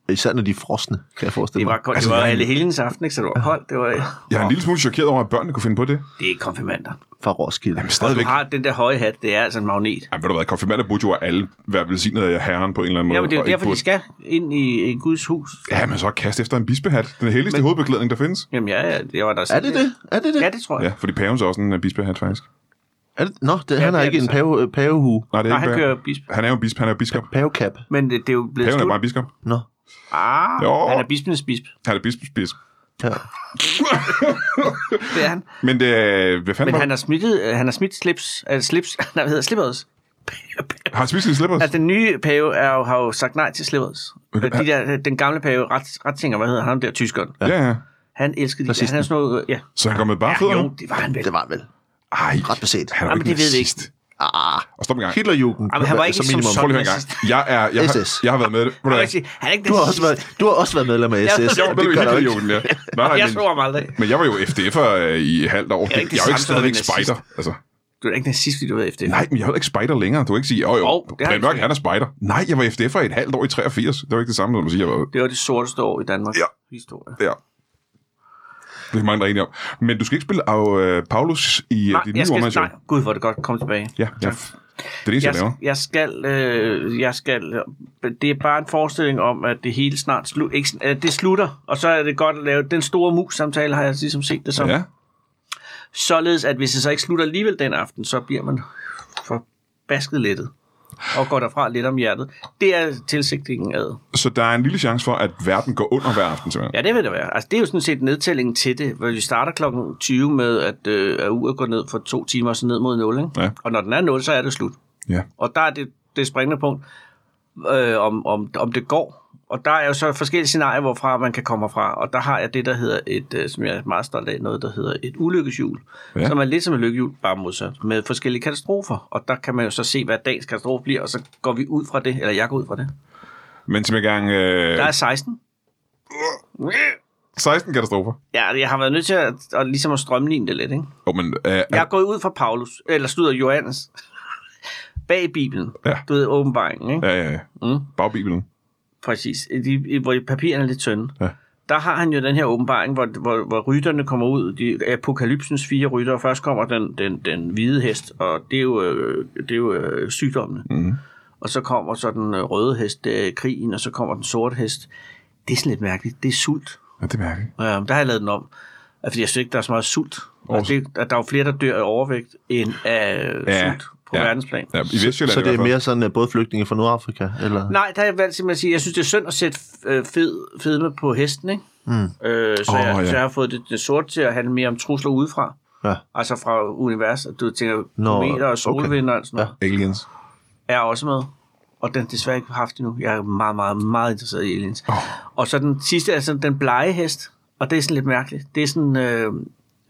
Speaker 3: Især når de er frosne, kan jeg forestille
Speaker 2: Det var,
Speaker 3: mig.
Speaker 1: Altså,
Speaker 2: koldt. det var alle helgens aften, ikke? så det var koldt. Det, var, øh,
Speaker 1: Jeg er en lille smule chokeret over, at børnene kunne finde på det. Altså,
Speaker 2: det er konfirmander.
Speaker 3: Fra Roskilde. Jamen,
Speaker 1: Stadigvæk.
Speaker 2: Du har den der høje hat, det er altså en magnet.
Speaker 1: Ej, ved du hvad, konfirmander burde jo alle være velsignet af herren på en eller anden måde.
Speaker 2: Ja, men det er jo
Speaker 1: og ikke
Speaker 2: derfor, de
Speaker 1: burde-
Speaker 2: skal ind i, i Guds hus.
Speaker 1: Ja, men så kast efter en bispehat. Den helligste men... hovedbeklædning, der findes.
Speaker 2: Jamen ja, ja, det var der
Speaker 3: er det det? Er det det?
Speaker 2: Ja, det tror jeg.
Speaker 1: Ja, fordi paven så også en øh, bispehat, faktisk.
Speaker 3: Er det? Nå, det, han
Speaker 2: det
Speaker 3: har
Speaker 2: er
Speaker 3: ikke
Speaker 2: det
Speaker 3: en
Speaker 2: så.
Speaker 3: pave, øh, pavehue.
Speaker 1: Nej, det er
Speaker 2: Nej,
Speaker 1: ikke
Speaker 2: han
Speaker 1: pave.
Speaker 2: kører bisp.
Speaker 1: Han er jo biskop. Han er jo biskop.
Speaker 3: Pavekap.
Speaker 2: Men det, det er jo blevet
Speaker 1: Paven er
Speaker 2: slut.
Speaker 1: bare biskop.
Speaker 3: Nå.
Speaker 2: Ah,
Speaker 1: Jo.
Speaker 2: han er bispens bisp.
Speaker 1: Han er biskop. biskop.
Speaker 3: Ja.
Speaker 2: Det er han.
Speaker 1: Men det, er- hvad fanden
Speaker 2: Men
Speaker 1: var
Speaker 2: han
Speaker 1: det?
Speaker 2: har smittet, øh, han har smidt slips, øh, slips, nej, hvad hedder slippers?
Speaker 1: Har spist sin slippers?
Speaker 2: Altså, den nye pave er jo, har jo sagt nej til slippers.
Speaker 1: Okay.
Speaker 2: Okay. De der, øh, den gamle pave, ret, Rettinger, hvad hedder han, ham der tyskeren,
Speaker 1: Ja, ja.
Speaker 2: han elskede de.
Speaker 3: Nazisten.
Speaker 2: Han er sådan noget, øh, ja.
Speaker 1: Så han går med bare
Speaker 2: ja
Speaker 1: fødder?
Speaker 2: jo, det var han vel.
Speaker 3: Det var han vel.
Speaker 1: Ej,
Speaker 3: Ret beset.
Speaker 1: han er jo
Speaker 2: Jamen,
Speaker 1: ikke
Speaker 2: det ved vi
Speaker 1: nazist.
Speaker 3: Ah,
Speaker 1: Og stop en gang.
Speaker 3: Hitlerjugend.
Speaker 2: Jamen, Ah, han var ikke
Speaker 3: som
Speaker 2: som
Speaker 3: minimum.
Speaker 1: Prøv lige at høre en gang.
Speaker 2: Nazist.
Speaker 1: Jeg, er, jeg, har,
Speaker 3: SS.
Speaker 1: jeg har været med i det. Ved du
Speaker 2: Han er
Speaker 1: hvad?
Speaker 2: ikke, han er ikke
Speaker 3: Du har, også været, du har også været medlem af
Speaker 2: Ja,
Speaker 3: SS.
Speaker 2: jo,
Speaker 1: Det var
Speaker 3: gør
Speaker 1: jo
Speaker 3: der jo
Speaker 1: Hitlerjugend, ja. Nej, nej,
Speaker 2: Jeg så
Speaker 1: men,
Speaker 2: ham aldrig.
Speaker 1: men jeg var jo FDF'er øh, i halvt år. Jeg,
Speaker 2: ikke det
Speaker 1: jeg er jo ikke
Speaker 2: samme som at
Speaker 1: stadigvæk
Speaker 2: være nazist.
Speaker 1: spider. Altså.
Speaker 2: Du er ikke nazist, fordi du ved efter.
Speaker 1: Nej, men jeg er heller ikke spider længere. Du kan ikke sige, jo jo,
Speaker 2: Jo,
Speaker 1: oh,
Speaker 2: det har jeg
Speaker 1: Brian Mørk,
Speaker 2: ikke.
Speaker 1: han er spider. Nej, jeg var FDF'er i et halvt år i 83. Det var ikke det samme, som at sige, jeg var...
Speaker 2: Det var det sorteste år i Danmark.
Speaker 1: Ja.
Speaker 2: Historie.
Speaker 1: Ja. Det er mange, der er enige om. Men du skal ikke spille af øh, Paulus i
Speaker 2: Nej,
Speaker 1: nej, dit nye
Speaker 2: jeg skal,
Speaker 1: romanshow.
Speaker 2: nej, gud, hvor er det godt kom tilbage.
Speaker 1: Ja, ja. Det er det eneste, jeg,
Speaker 2: Jeg,
Speaker 1: jeg laver.
Speaker 2: jeg skal, øh, jeg skal, øh, det er bare en forestilling om, at det hele snart slu, ikke, sn- at det slutter, og så er det godt at lave, den store mus-samtale har jeg ligesom set det som.
Speaker 1: Ja.
Speaker 2: Således, at hvis det så ikke slutter alligevel den aften, så bliver man forbasket lettet og går derfra lidt om hjertet. Det er tilsigtningen af.
Speaker 1: Så der er en lille chance for, at verden går under hver aften, simpelthen.
Speaker 2: Ja, det vil det være. Altså, det er jo sådan set nedtællingen til det, hvor vi starter kl. 20 med, at, øh, at uret går ned for to timer, og så ned mod 0. Ikke?
Speaker 1: Ja.
Speaker 2: Og når den er 0, så er det slut.
Speaker 1: Ja.
Speaker 2: Og der er det, det springende punkt, øh, om, om, om det går. Og der er jo så forskellige scenarier, hvorfra man kan komme fra. Og der har jeg det, der hedder et, øh, som jeg er meget stolt af, noget, der hedder et ulykkeshjul.
Speaker 1: Ja.
Speaker 2: Ja. Som er lidt som et lykkehjul, bare modsat, med forskellige katastrofer. Og der kan man jo så se, hvad dagens katastrofe bliver, og så går vi ud fra det, eller jeg går ud fra det.
Speaker 1: Men som jeg gang... Øh,
Speaker 2: Der er 16.
Speaker 1: 16 katastrofer.
Speaker 2: Ja, jeg har været nødt til at, at, ligesom at strømligne det lidt, ikke?
Speaker 1: Jo, men... Øh,
Speaker 2: Jeg
Speaker 1: ja.
Speaker 2: er gået ud fra Paulus, eller slutter Johannes, bag Bibelen.
Speaker 1: Ja.
Speaker 2: Du ved, åbenbaringen, ikke?
Speaker 1: Ja, ja, ja.
Speaker 2: Mm.
Speaker 1: Bagbibelen.
Speaker 2: Præcis. I De, i, hvor papirerne er lidt tynde.
Speaker 1: Ja.
Speaker 2: Der har han jo den her åbenbaring, hvor, hvor, hvor rytterne kommer ud. De, apokalypsens fire rytter. Først kommer den, den, den hvide hest, og det er jo, øh, det er jo øh, sygdommene.
Speaker 1: Mhm.
Speaker 2: Mm. Og så kommer så den øh, røde hest, det er krigen, og så kommer den sorte hest. Det er sådan lidt mærkeligt. Det er sult.
Speaker 1: Ja, det mærker jeg.
Speaker 2: Øh, der har jeg lavet den om. Altså, Fordi jeg synes ikke, der er så meget sult.
Speaker 1: Åh,
Speaker 2: Altså, det, at der er jo flere, der dør af overvægt, end af
Speaker 1: Ja.
Speaker 2: ja. sult på
Speaker 1: Ja.
Speaker 2: ja. verdensplan.
Speaker 1: Ja, I Vestjylland
Speaker 3: Så
Speaker 1: i
Speaker 3: det er
Speaker 1: hvert fald.
Speaker 3: mere sådan øh, både flygtninge fra Nordafrika? Eller?
Speaker 2: Nej, der har jeg valgt simpelthen at sige, jeg synes, det er synd at sætte øh, fed, fedme på hesten, ikke? Mm. Øh, så,
Speaker 1: Åh,
Speaker 2: oh, jeg,
Speaker 1: ja.
Speaker 2: så jeg har fået det, det sorte til at handle mere om trusler udefra.
Speaker 3: Ja.
Speaker 2: Altså fra universet. Du tænker,
Speaker 3: Nå,
Speaker 2: kometer
Speaker 3: okay.
Speaker 2: og solvinder altså. okay. og sådan noget.
Speaker 1: Aliens.
Speaker 2: Ja. Er også med. Og den har desværre ikke haft endnu. Jeg er meget, meget, meget interesseret i aliens.
Speaker 1: Åh.
Speaker 2: Og så den sidste er sådan den blege hest. Og det er sådan lidt mærkeligt. Det er sådan øh,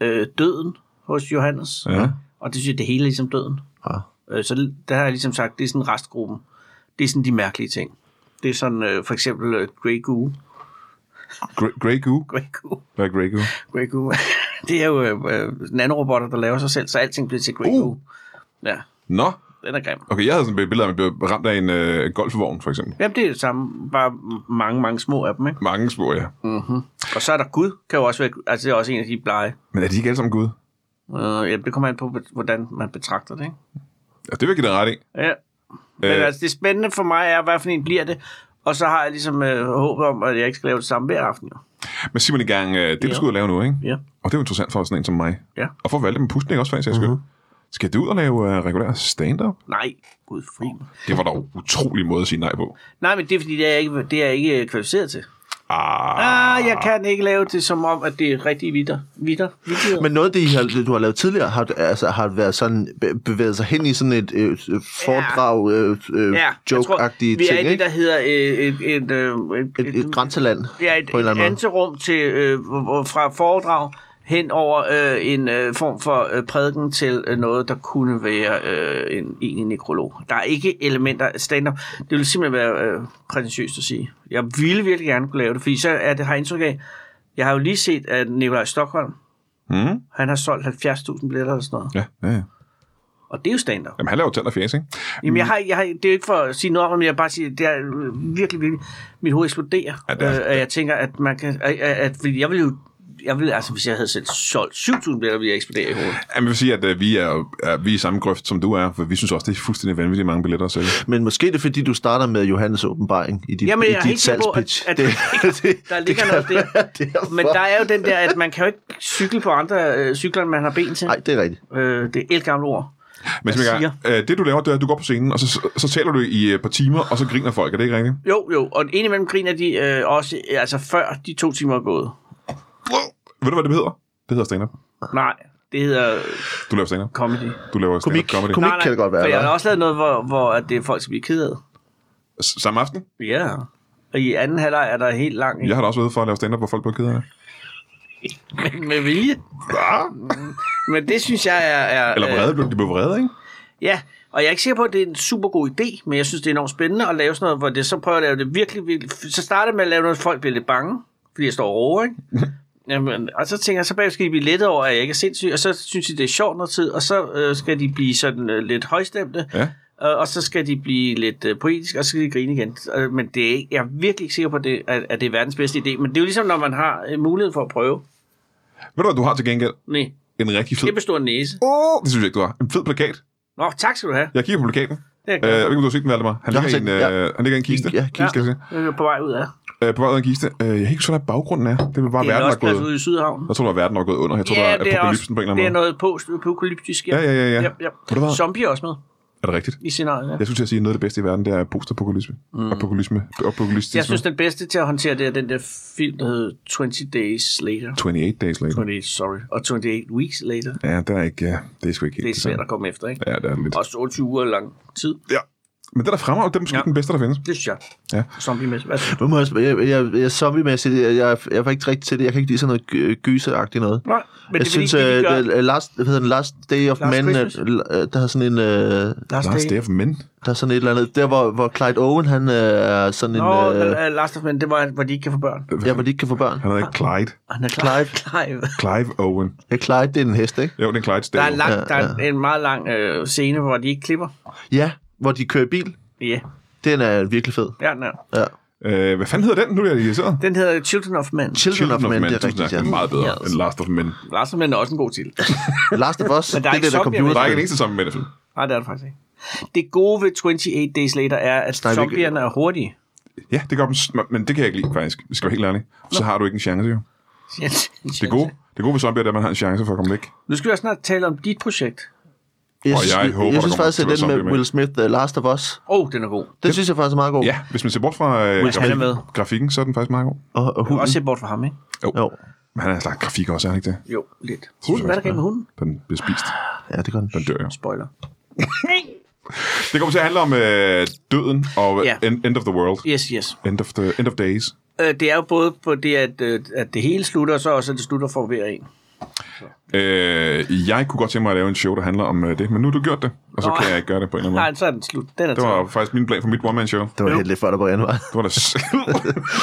Speaker 2: øh, døden hos Johannes.
Speaker 1: Ja.
Speaker 2: Og det synes jeg, det hele er ligesom døden.
Speaker 3: Ja.
Speaker 2: Øh, Så der har jeg ligesom sagt, det er sådan restgruppen. Det er sådan de mærkelige ting. Det er sådan øh, for eksempel øh, Grey Goo.
Speaker 1: Grey, Grey Goo.
Speaker 2: Grey Goo.
Speaker 1: Hvad er Grey Goo?
Speaker 2: Grey Goo. det er jo øh, øh, nanorobotter, der laver sig selv, så alting bliver til Grey
Speaker 1: Uh.
Speaker 2: uh. Goo. Ja,
Speaker 1: Nå.
Speaker 2: den er grim.
Speaker 1: Okay, jeg havde sådan et billede af, at man blev ramt af en øh, golfvogn, for eksempel.
Speaker 2: Jamen, det er det samme. Bare m- mange, mange små af dem, ikke?
Speaker 1: Mange spor, ja.
Speaker 2: Og så er der Gud, kan jo også være... Altså, det er også en af de blege.
Speaker 1: Men er de ikke alle sammen Gud?
Speaker 2: Øh, ja, det kommer an på, hvordan man betragter det, ikke?
Speaker 1: Ja, det vil jeg give dig ret i.
Speaker 2: Ja. Men
Speaker 1: Øh.
Speaker 2: øh. altså, det spændende for mig er, hvad for en bliver det? Og så har jeg ligesom øh, håbet om, at jeg ikke skal lave det samme hver aften, jo.
Speaker 1: Men sig mig en gang, øh, det du
Speaker 2: Ja.
Speaker 1: skal ud og lave nu, ikke?
Speaker 2: Ja.
Speaker 1: Og det er jo interessant for sådan en som mig.
Speaker 2: Ja.
Speaker 1: Og for at valgte med pusning også, faktisk, jeg
Speaker 2: Mhm.
Speaker 1: skal. Skal du ud og lave øh, regulær stand-up?
Speaker 2: Nej, Gud fri mig.
Speaker 1: Det var dog utrolig måde at sige nej på.
Speaker 2: Nej, men det er fordi, det er jeg ikke, det er jeg ikke øh, kvalificeret til.
Speaker 1: Ah,
Speaker 2: Ah, jeg kan ikke lave det som om, at det er rigtige vitter. Vitter? Vitter?
Speaker 3: Men noget af det, I har, det, du har lavet tidligere, har, altså, har været sådan, be- bevæget sig hen i sådan et øh, øh, foredrag, øh, øh,
Speaker 2: ja, jeg
Speaker 3: joke-agtige
Speaker 2: Vi er
Speaker 3: ting,
Speaker 2: i det,
Speaker 3: ikke?
Speaker 2: der hedder øh, et, et, øh,
Speaker 3: Et, et grænseland,
Speaker 2: Ja, et,
Speaker 3: på en eller
Speaker 2: et
Speaker 3: anden måde.
Speaker 2: anterum til, øh, hvor- hvor- fra foredrag hen over øh, en øh, form for øh, prædiken til øh, noget, der kunne være øh, en egentlig nekrolog. Der er ikke elementer af stand-up. Det ville simpelthen være øh, prætentiøst at sige. Jeg ville virkelig gerne kunne lave det, fordi så er det, har jeg indtryk af, jeg har jo lige set, at Nikolaj Stockholm,
Speaker 1: Mm.
Speaker 2: han har solgt 70.000 billetter eller sådan noget.
Speaker 1: Ja, ja, ja.
Speaker 2: Og det er jo stand-up.
Speaker 1: Jamen, han laver tand og fjæs, ikke?
Speaker 2: Jamen,
Speaker 3: Mm.
Speaker 2: jeg har, jeg har, det er jo ikke for at sige noget om, det, men jeg vil bare sige, det er øh, virkelig, virkelig, mit hoved eksploderer,
Speaker 1: Ja,
Speaker 2: ja,
Speaker 1: det er-
Speaker 2: øh, at jeg tænker, at man kan, at, at, at fordi jeg vil jo, jeg vil, altså hvis jeg havde selv solgt 7.000 billetter, ville jeg eksplodere i hovedet.
Speaker 1: Jamen, jeg vil sige, at øh, vi er, jo- er, vi er i samme grøft, som du er, for vi synes også, det er fuldstændig vanvittigt mange billetter at sælge.
Speaker 3: Men måske er det fordi, du starter med Johannes åbenbaring i dit,
Speaker 2: Jamen,
Speaker 3: i
Speaker 2: jeg er helt
Speaker 3: dit
Speaker 2: sikker på, at-
Speaker 3: salgspitch.
Speaker 2: at der ligger noget der. Men der er jo den der, at man kan jo ikke cykle på andre øh, cykler, end man har ben til.
Speaker 3: Nej, det er rigtigt.
Speaker 2: Øh, det er et gamle ord.
Speaker 1: Men som jeg
Speaker 2: siger?
Speaker 1: øh, det du laver, det er, at du går på scenen, og så, så, så taler du i øh, et par timer, og så griner folk. Er det ikke rigtigt?
Speaker 2: Jo, jo, og indimellem griner de øh, også, øh, altså før de to timer er gået.
Speaker 1: Ved du, hvad det hedder? Det hedder stand-up.
Speaker 2: Nej, det hedder øh,
Speaker 1: Du laver stand-up.
Speaker 2: comedy.
Speaker 1: Du laver stand-up
Speaker 3: Komik.
Speaker 1: comedy.
Speaker 3: Komik. kan det godt være,
Speaker 2: for jeg har
Speaker 3: eller?
Speaker 2: også lavet noget, hvor, hvor at det er folk, som bliver ked af. det.
Speaker 1: S- Samme aften?
Speaker 2: Ja. Og i anden halvleg er der helt lang
Speaker 1: Jeg
Speaker 2: ja.
Speaker 1: har da også været for at lave stand-up, hvor folk blev ked af det.
Speaker 2: med, med vilje. Men det synes jeg er... er øh,
Speaker 1: Eller vrede, blev- de blev vrede, ikke?
Speaker 2: Ja, og jeg er ikke sikker på, at det er en super god idé, men jeg synes, det er enormt spændende at lave sådan noget, hvor det så prøver at lave det virkelig, virkelig... Så starter jeg med at lave noget, folk bliver lidt bange, fordi jeg står og roer, ikke? Jamen, og så tænker jeg, så bagefter skal de blive lettet over, at jeg ikke er sindssyg, og så synes de, det er sjovt noget tid, og så øh, skal de blive sådan øh, lidt højstemte,
Speaker 1: Ja.
Speaker 2: og, og så skal de blive lidt øh, poetiske, og så skal de grine igen. Øh, men det er, ikke- jeg er virkelig ikke sikker på, at det, at, at det er verdens bedste idé, men det er jo ligesom, når man har øh, mulighed for at prøve.
Speaker 1: Ved du, hvad du har til gengæld?
Speaker 2: Nej,
Speaker 1: En rigtig fed...
Speaker 2: det består næse.
Speaker 1: Åh, det synes jeg ikke, du har. En fed plakat.
Speaker 2: Nå, tak skal du have.
Speaker 1: Jeg kigger på plakaten.
Speaker 2: Det er jeg
Speaker 1: Øh,
Speaker 2: glad
Speaker 1: jeg ved ikke, om du har set den, Valdemar. Han,
Speaker 3: Jeg har
Speaker 1: ligger i en,
Speaker 3: set den,
Speaker 1: øh, han ligger i en kiste.
Speaker 3: Ja, kiste.
Speaker 1: Skal vi se.
Speaker 2: for- Jeg er på vej ud af.
Speaker 1: Øh, på vej ud af en kiste. Øh, jeg kan ikke huske, hvad baggrunden er. Det var bare
Speaker 2: Det er en
Speaker 1: verden, der er
Speaker 2: losplads
Speaker 1: gået.
Speaker 2: ude i Sydhavnen.
Speaker 1: Jeg tror, det var verden, der er gået under. Jeg tror, der er apokalypsen på en eller
Speaker 2: det er
Speaker 1: anden måde.
Speaker 2: noget post-apokalyptisk.
Speaker 1: Ja, ja, ja, ja.
Speaker 2: ja,
Speaker 1: Ved du
Speaker 2: ja.
Speaker 1: hvad?
Speaker 2: Zombie er også med
Speaker 1: Er det rigtigt?
Speaker 2: i scenariet. Ja.
Speaker 1: Jeg skulle til at sige, at noget af det bedste i verden, det er postapokalypse. Mm. Apokalypse. Apokalyptisme.
Speaker 2: Jeg synes, den bedste til at håndtere det er den der film, der hedder 20 Days Later.
Speaker 1: 28 days later.
Speaker 2: 28, sorry. Og 28 Weeks Later.
Speaker 1: Ja, der er ikke... Ja, det er sgu ikke helt
Speaker 2: Det er svært
Speaker 1: samme.
Speaker 2: at komme efter, ikke?
Speaker 1: Ja, det er lidt.
Speaker 2: Også 28 uger lang tid.
Speaker 1: Ja. Men den der fremragende, det er måske
Speaker 2: Ja.
Speaker 1: den bedste, der findes.
Speaker 2: Det synes jeg.
Speaker 1: Ja.
Speaker 2: Zombie med. Hvad
Speaker 3: Nu må jeg, sp- jeg, jeg, jeg er zombie-mæssigt, jeg, jeg, jeg var ikke rigtig til det. Jeg kan ikke lide sådan noget gy- gyseragtigt noget.
Speaker 2: Nej, men
Speaker 3: jeg
Speaker 2: det er fordi,
Speaker 3: synes,
Speaker 2: det, vi
Speaker 1: øh,
Speaker 2: gør...
Speaker 3: uh, last, hvad hedder den, last Day of
Speaker 2: Last
Speaker 3: Men, uh,
Speaker 2: Christmas?
Speaker 3: la- der har sådan en, uh,
Speaker 2: Last
Speaker 1: Lars,
Speaker 2: Day.
Speaker 1: det er for mænd.
Speaker 3: der er sådan et eller andet, der hvor, hvor Clyde Owen, han uh, er sådan
Speaker 2: Nå,
Speaker 3: en, uh,
Speaker 2: øh, Last of Men, det var, hvor de ikke kan få børn.
Speaker 3: ja, hvor de ikke kan få børn.
Speaker 1: Han hedder
Speaker 2: Ah.
Speaker 1: ikke Clyde.
Speaker 2: Han er
Speaker 3: Clive.
Speaker 2: Clive.
Speaker 1: Clive Owen.
Speaker 3: Ja, Clyde, det er en hest, ikke?
Speaker 1: Jo, det er Clyde
Speaker 2: Der
Speaker 1: Stale.
Speaker 2: er, en lang, der er en meget lang øh, scene, hvor de ikke klipper.
Speaker 3: Ja, hvor de kører i bil.
Speaker 2: Ja,
Speaker 3: Den er virkelig fed.
Speaker 2: ja, ja.
Speaker 3: Ja.
Speaker 1: Øh, hvad fanden hedder den? Nu er jeg irriteret.
Speaker 2: Den hedder Children of Men.
Speaker 3: Children, of Men, det er
Speaker 1: Tusind
Speaker 3: rigtigt,
Speaker 1: tak.
Speaker 3: ja.
Speaker 1: Den er meget bedre
Speaker 2: Yes.
Speaker 1: end Last of Men.
Speaker 2: Last of Men er også en god titel.
Speaker 3: Last of Us,
Speaker 2: Men
Speaker 3: det
Speaker 2: der er
Speaker 3: er
Speaker 2: ikke
Speaker 3: det der
Speaker 2: zombie-
Speaker 1: Der er
Speaker 3: computer.
Speaker 1: ikke en eneste sammen med det.
Speaker 2: Nej, det er det faktisk ikke. Det gode ved 28 Days Later er, at
Speaker 3: Snakker vi ikke-
Speaker 2: zombierne er hurtige.
Speaker 1: Ja, det gør dem, s- men det kan jeg ikke lide, faktisk. Vi skal være helt ærlige. Så har du ikke en chance, jo. Det gode, det gode ved zombier, det er, at man har en chance for at komme væk.
Speaker 2: Nu skal vi også snart tale om dit projekt.
Speaker 3: Jeg,
Speaker 1: Og
Speaker 3: synes-
Speaker 1: jeg håber,
Speaker 3: jeg
Speaker 1: der
Speaker 3: synes
Speaker 1: kommer
Speaker 3: faktisk,
Speaker 1: til
Speaker 3: at
Speaker 1: at være
Speaker 3: den med
Speaker 1: zombie med.
Speaker 3: Will Smith, uh, Last of Us,
Speaker 2: Åh, oh, den er god.
Speaker 3: den synes jeg faktisk er meget god.
Speaker 1: Ja, hvis man ser bort fra øh,
Speaker 2: Oh. han er
Speaker 1: grafik,
Speaker 2: med.
Speaker 1: grafikken, så er den faktisk meget god.
Speaker 3: Og, og
Speaker 2: Du
Speaker 3: hunden.
Speaker 2: også se bort fra ham, ikke?
Speaker 3: Jo,
Speaker 1: Men han er slags grafik også, er han ikke det?
Speaker 2: Jo, lidt.
Speaker 1: Synes
Speaker 2: Hunden,
Speaker 1: jeg
Speaker 2: hvad er der
Speaker 1: også,
Speaker 2: galt med hunden?
Speaker 1: Den bliver spist.
Speaker 3: ja, det gør den.
Speaker 1: Den dør jo.
Speaker 2: Spoiler.
Speaker 1: Det kommer til at handle om øh, døden og
Speaker 2: Ja.
Speaker 1: end, end of the world.
Speaker 2: Yes, yes.
Speaker 1: End of, the, end of days.
Speaker 2: Øh, det er jo både på det, at, øh, at det hele slutter, og så også, at det slutter for hver en.
Speaker 1: Øh, jeg kunne godt tænke mig at lave en show, der handler om øh, det, men nu har du gjort det, og så
Speaker 2: Nå.
Speaker 1: kan jeg ikke gøre det på en eller anden
Speaker 2: Nej,
Speaker 1: måde.
Speaker 2: så er den slut. Den er
Speaker 1: Det
Speaker 2: taget.
Speaker 1: var faktisk min plan for mit one-man-show.
Speaker 3: Det var
Speaker 2: Jo.
Speaker 3: helt lidt for dig, Brian, var.
Speaker 1: Det var da s-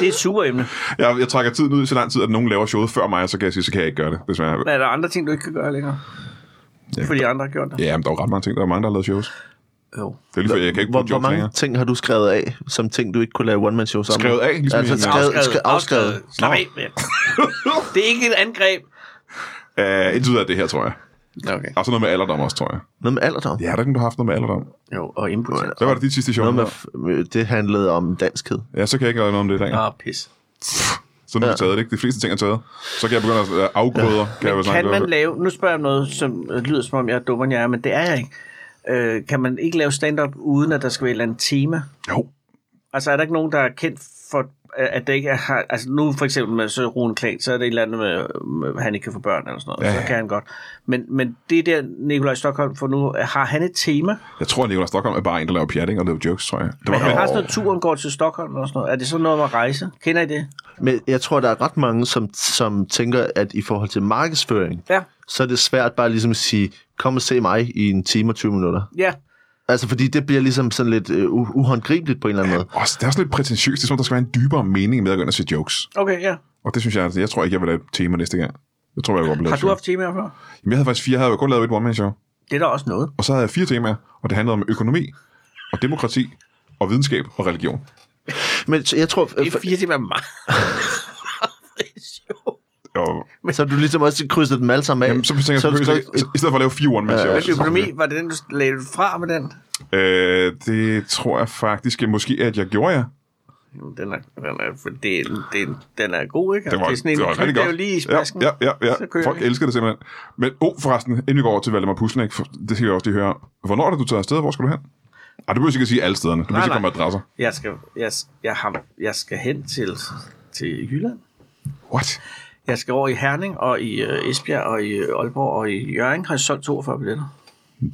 Speaker 2: Det er et super emne.
Speaker 1: jeg, jeg trækker tiden ud i så lang tid, at nogen laver showet før mig, og så kan jeg sige, så kan jeg ikke gøre det, desværre.
Speaker 2: Men er der andre ting, du ikke kan gøre længere? Fordi andre har gjort det?
Speaker 1: Ja, men der er jo ret mange ting. Der er mange, der har lavet shows.
Speaker 2: Jo.
Speaker 1: Det er lige for, jeg kan ikke
Speaker 3: Hvor,
Speaker 1: bruge
Speaker 3: hvor
Speaker 1: jokes
Speaker 3: mange
Speaker 1: længere.
Speaker 3: ting har du skrevet af, som ting, du ikke kunne lave one-man-show sammen? med?
Speaker 1: Skrevet af, ligesom i
Speaker 3: altså,
Speaker 1: en-
Speaker 3: skrevet, afskrevet. afskrevet.
Speaker 2: Slap af med. det. Det er ikke et angreb.
Speaker 1: Uh, indtil videre er det her, tror jeg.
Speaker 2: Okay.
Speaker 1: Og så noget med alderdom også, tror jeg.
Speaker 3: Noget med alderdom.
Speaker 1: Ja, der er ikke nogen, der har haft noget med alderdom.
Speaker 2: Jo, og impotent.
Speaker 1: Hvad var det dit sidste show?
Speaker 3: Noget med,
Speaker 1: hedder?
Speaker 3: f- med- det handlede om danskhed.
Speaker 1: Ja, så kan jeg ikke lave noget om det længere.
Speaker 2: Ah, pis.
Speaker 1: Så nu er det taget, ikke? De fleste ting er taget. Så kan jeg begynde at øh, afgrøder. Kan, jeg jo snakke
Speaker 2: Kan man
Speaker 1: om.
Speaker 2: lave, nu spørger jeg om noget, som øh, lyder som om jeg er dummere end jeg er, men det er jeg ikke. Øh, kan man ikke lave stand-up uden at der skal være et eller andet tema?
Speaker 1: Jo.
Speaker 2: Altså er der ikke nogen, der er kendt for at det ikke er, altså nu for eksempel med så Rune Klan, så er det et eller andet med, med at han ikke kan få børn eller sådan noget,
Speaker 1: Ja.
Speaker 2: ja. så kan han godt. Men, men det der, Nikolaj Stockholm for nu, har han et tema?
Speaker 1: Jeg tror, at Nicolai Stockholm er bare en, der laver pjat, ikke? og laver jokes, tror jeg. Det var
Speaker 2: Men han har
Speaker 1: men,
Speaker 2: sådan noget, turen går til Stockholm eller sådan noget. Er det sådan noget med at rejse? Kender I det?
Speaker 3: Men jeg tror, der er ret mange, som, som tænker, at i forhold til markedsføring,
Speaker 2: Ja.
Speaker 3: så er det svært bare ligesom at sige, kom og se mig i en time og 20 minutter.
Speaker 2: Ja.
Speaker 3: Altså, fordi det bliver ligesom sådan lidt øh, u- uhåndgribeligt på en eller anden måde.
Speaker 1: også, det er også lidt prætentiøst. Det er som, om, der skal være en dybere mening med at gå ind og se jokes.
Speaker 2: Okay, ja.
Speaker 1: Og det synes jeg, altså, jeg tror ikke, jeg vil lave et tema næste gang. Jeg tror, jeg vil opleve
Speaker 2: Har du haft temaer før?
Speaker 1: Jamen, jeg havde faktisk fire. Jeg havde jo kun lavet et one-man-show.
Speaker 2: Det er da også noget.
Speaker 1: Og så havde jeg fire temaer, og det handlede om økonomi, og demokrati, og videnskab og religion.
Speaker 3: Men så jeg tror,
Speaker 2: Det
Speaker 3: øh,
Speaker 2: er fire temaer meget. Det er sjovt.
Speaker 1: Og,
Speaker 3: så har du ligesom også krydset dem alle sammen af.
Speaker 1: jamen, så tænker jeg,
Speaker 3: så
Speaker 1: så
Speaker 3: har du
Speaker 1: behøver jeg
Speaker 3: skrevet,
Speaker 1: ikke- i stedet for at lave fire
Speaker 2: Men
Speaker 1: one-man-shows.
Speaker 2: økonomi, var det den, du lagde fra med den?
Speaker 1: Øh, det tror jeg faktisk, at måske, at jeg gjorde jer.
Speaker 2: Jamen, Den er, den er, for det, er- det, er- den er god, ikke?
Speaker 1: Det var,
Speaker 2: det er sådan en,
Speaker 1: det var rigtig
Speaker 2: det er
Speaker 1: godt.
Speaker 2: jo lige i spasken.
Speaker 1: Ja, ja, ja.
Speaker 2: Så
Speaker 1: ja.
Speaker 2: kører
Speaker 1: Folk
Speaker 2: vi.
Speaker 1: elsker det simpelthen. Men oh, forresten, inden vi går over til Valdemar Puslenik, for- det skal jeg også lige høre. Hvornår er det, du tager afsted? Hvor skal du hen? Ej, du behøver ikke at sige alle stederne. Du behøver ikke
Speaker 2: nej.
Speaker 1: komme med adresser.
Speaker 2: Jeg skal, jeg, jeg, har, jeg skal hen til, til Jylland.
Speaker 1: What?
Speaker 2: Jeg skal over i Herning og i øh, Esbjerg og i øh, Aalborg og i Jørgen har jeg solgt 42 billetter.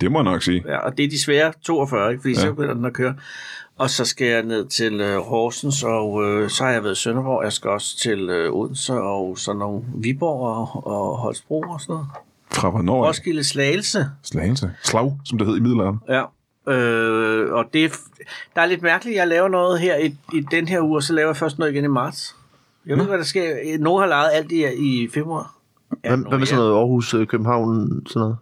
Speaker 1: Det må jeg nok sige.
Speaker 2: Ja, og det er de svære 42, ikke? fordi ja. så begynder den at køre. Og så skal jeg ned til øh, Horsens, og øh, så har jeg været i Sønderborg. Jeg skal også til øh, Odense og sådan nogle Viborg og, og Holstbro og sådan noget.
Speaker 1: Fra hvornår? Også...
Speaker 2: Roskilde Slagelse.
Speaker 1: Slagelse. Slag, som det hed i middelalderen.
Speaker 2: Ja. Øh, og det, er- der er lidt mærkeligt, jeg laver noget her i, i den her uge, og så laver jeg først noget igen i marts. Jeg ved ikke, hvad der sker. Nogen har lejet alt i, i februar. Ja,
Speaker 3: hvad, hvad med sådan noget Aarhus, øh, København, sådan noget?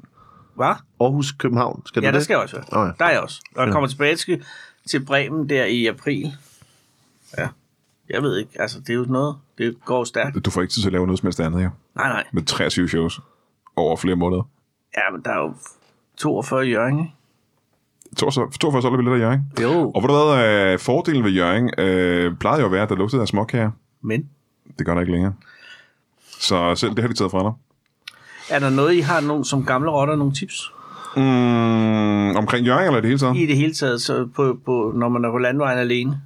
Speaker 2: Hvad?
Speaker 3: Aarhus, København, skal du
Speaker 2: Ja, der
Speaker 3: det?
Speaker 2: skal jeg også være.
Speaker 3: Nå ja.
Speaker 2: Der er jeg også. Og jeg kommer tilbage til, til Bremen der i april. Ja. Jeg ved ikke, altså det er jo noget, det går stærkt.
Speaker 1: Du får ikke tid til at lave noget som helst andet, ja.
Speaker 2: Nej, nej.
Speaker 1: Med 23 shows over flere måneder.
Speaker 2: Ja, men der er jo 42 i Jørgen, ikke?
Speaker 1: 42 42 solgte billetter i Jørgen.
Speaker 2: Jo.
Speaker 1: Og ved du hvad, øh, fordelen ved Jørgen øh, plejede jo at være, at der lugtede af småkager.
Speaker 2: Men
Speaker 1: Det gør der ikke længere. Så selv det har de taget fra dig.
Speaker 2: er der noget, I har nogen, som gamle rotter, nogle tips?
Speaker 1: Mm, omkring Jørgen eller i det hele taget?
Speaker 2: i det hele taget, så på, på, når man er på landvejen alene?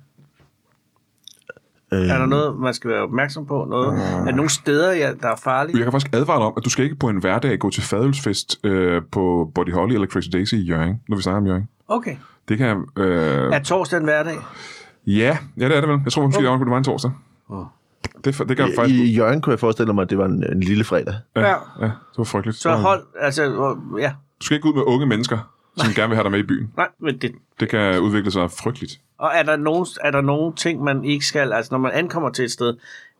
Speaker 3: Øh.
Speaker 2: Øh. Er
Speaker 3: Øhm.
Speaker 2: der noget, man skal være opmærksom på? Noget? Øh. Er der nogle steder, ja, der er farlige?
Speaker 1: Jeg kan faktisk advare dig om, at du skal ikke på en hverdag gå til fadølsfest øh, på Body Holly eller Crazy Daisy i Jørgen, når vi snakker om Jørgen.
Speaker 2: Okay.
Speaker 1: Det kan... Øh,
Speaker 2: Er torsdag en hverdag? ja.
Speaker 1: ja, ja, det er det vel. Jeg tror måske, okay. det var en torsdag.
Speaker 2: Åh.
Speaker 1: Det, det kan jeg
Speaker 3: I,
Speaker 1: faktisk...
Speaker 3: I Jørgen kunne jeg forestille mig, at det var en, en lille fredag.
Speaker 1: Ja,
Speaker 2: Ja.
Speaker 1: ja, det var frygteligt.
Speaker 2: Så hold, altså, ja.
Speaker 1: Du skal ikke ud med unge mennesker, som gerne vil have dig med i byen.
Speaker 2: Nej, men det,
Speaker 1: Det kan udvikle sig frygteligt.
Speaker 2: Og er der, nogen, er der nogen ting, man ikke skal? Altså, når man ankommer til et sted,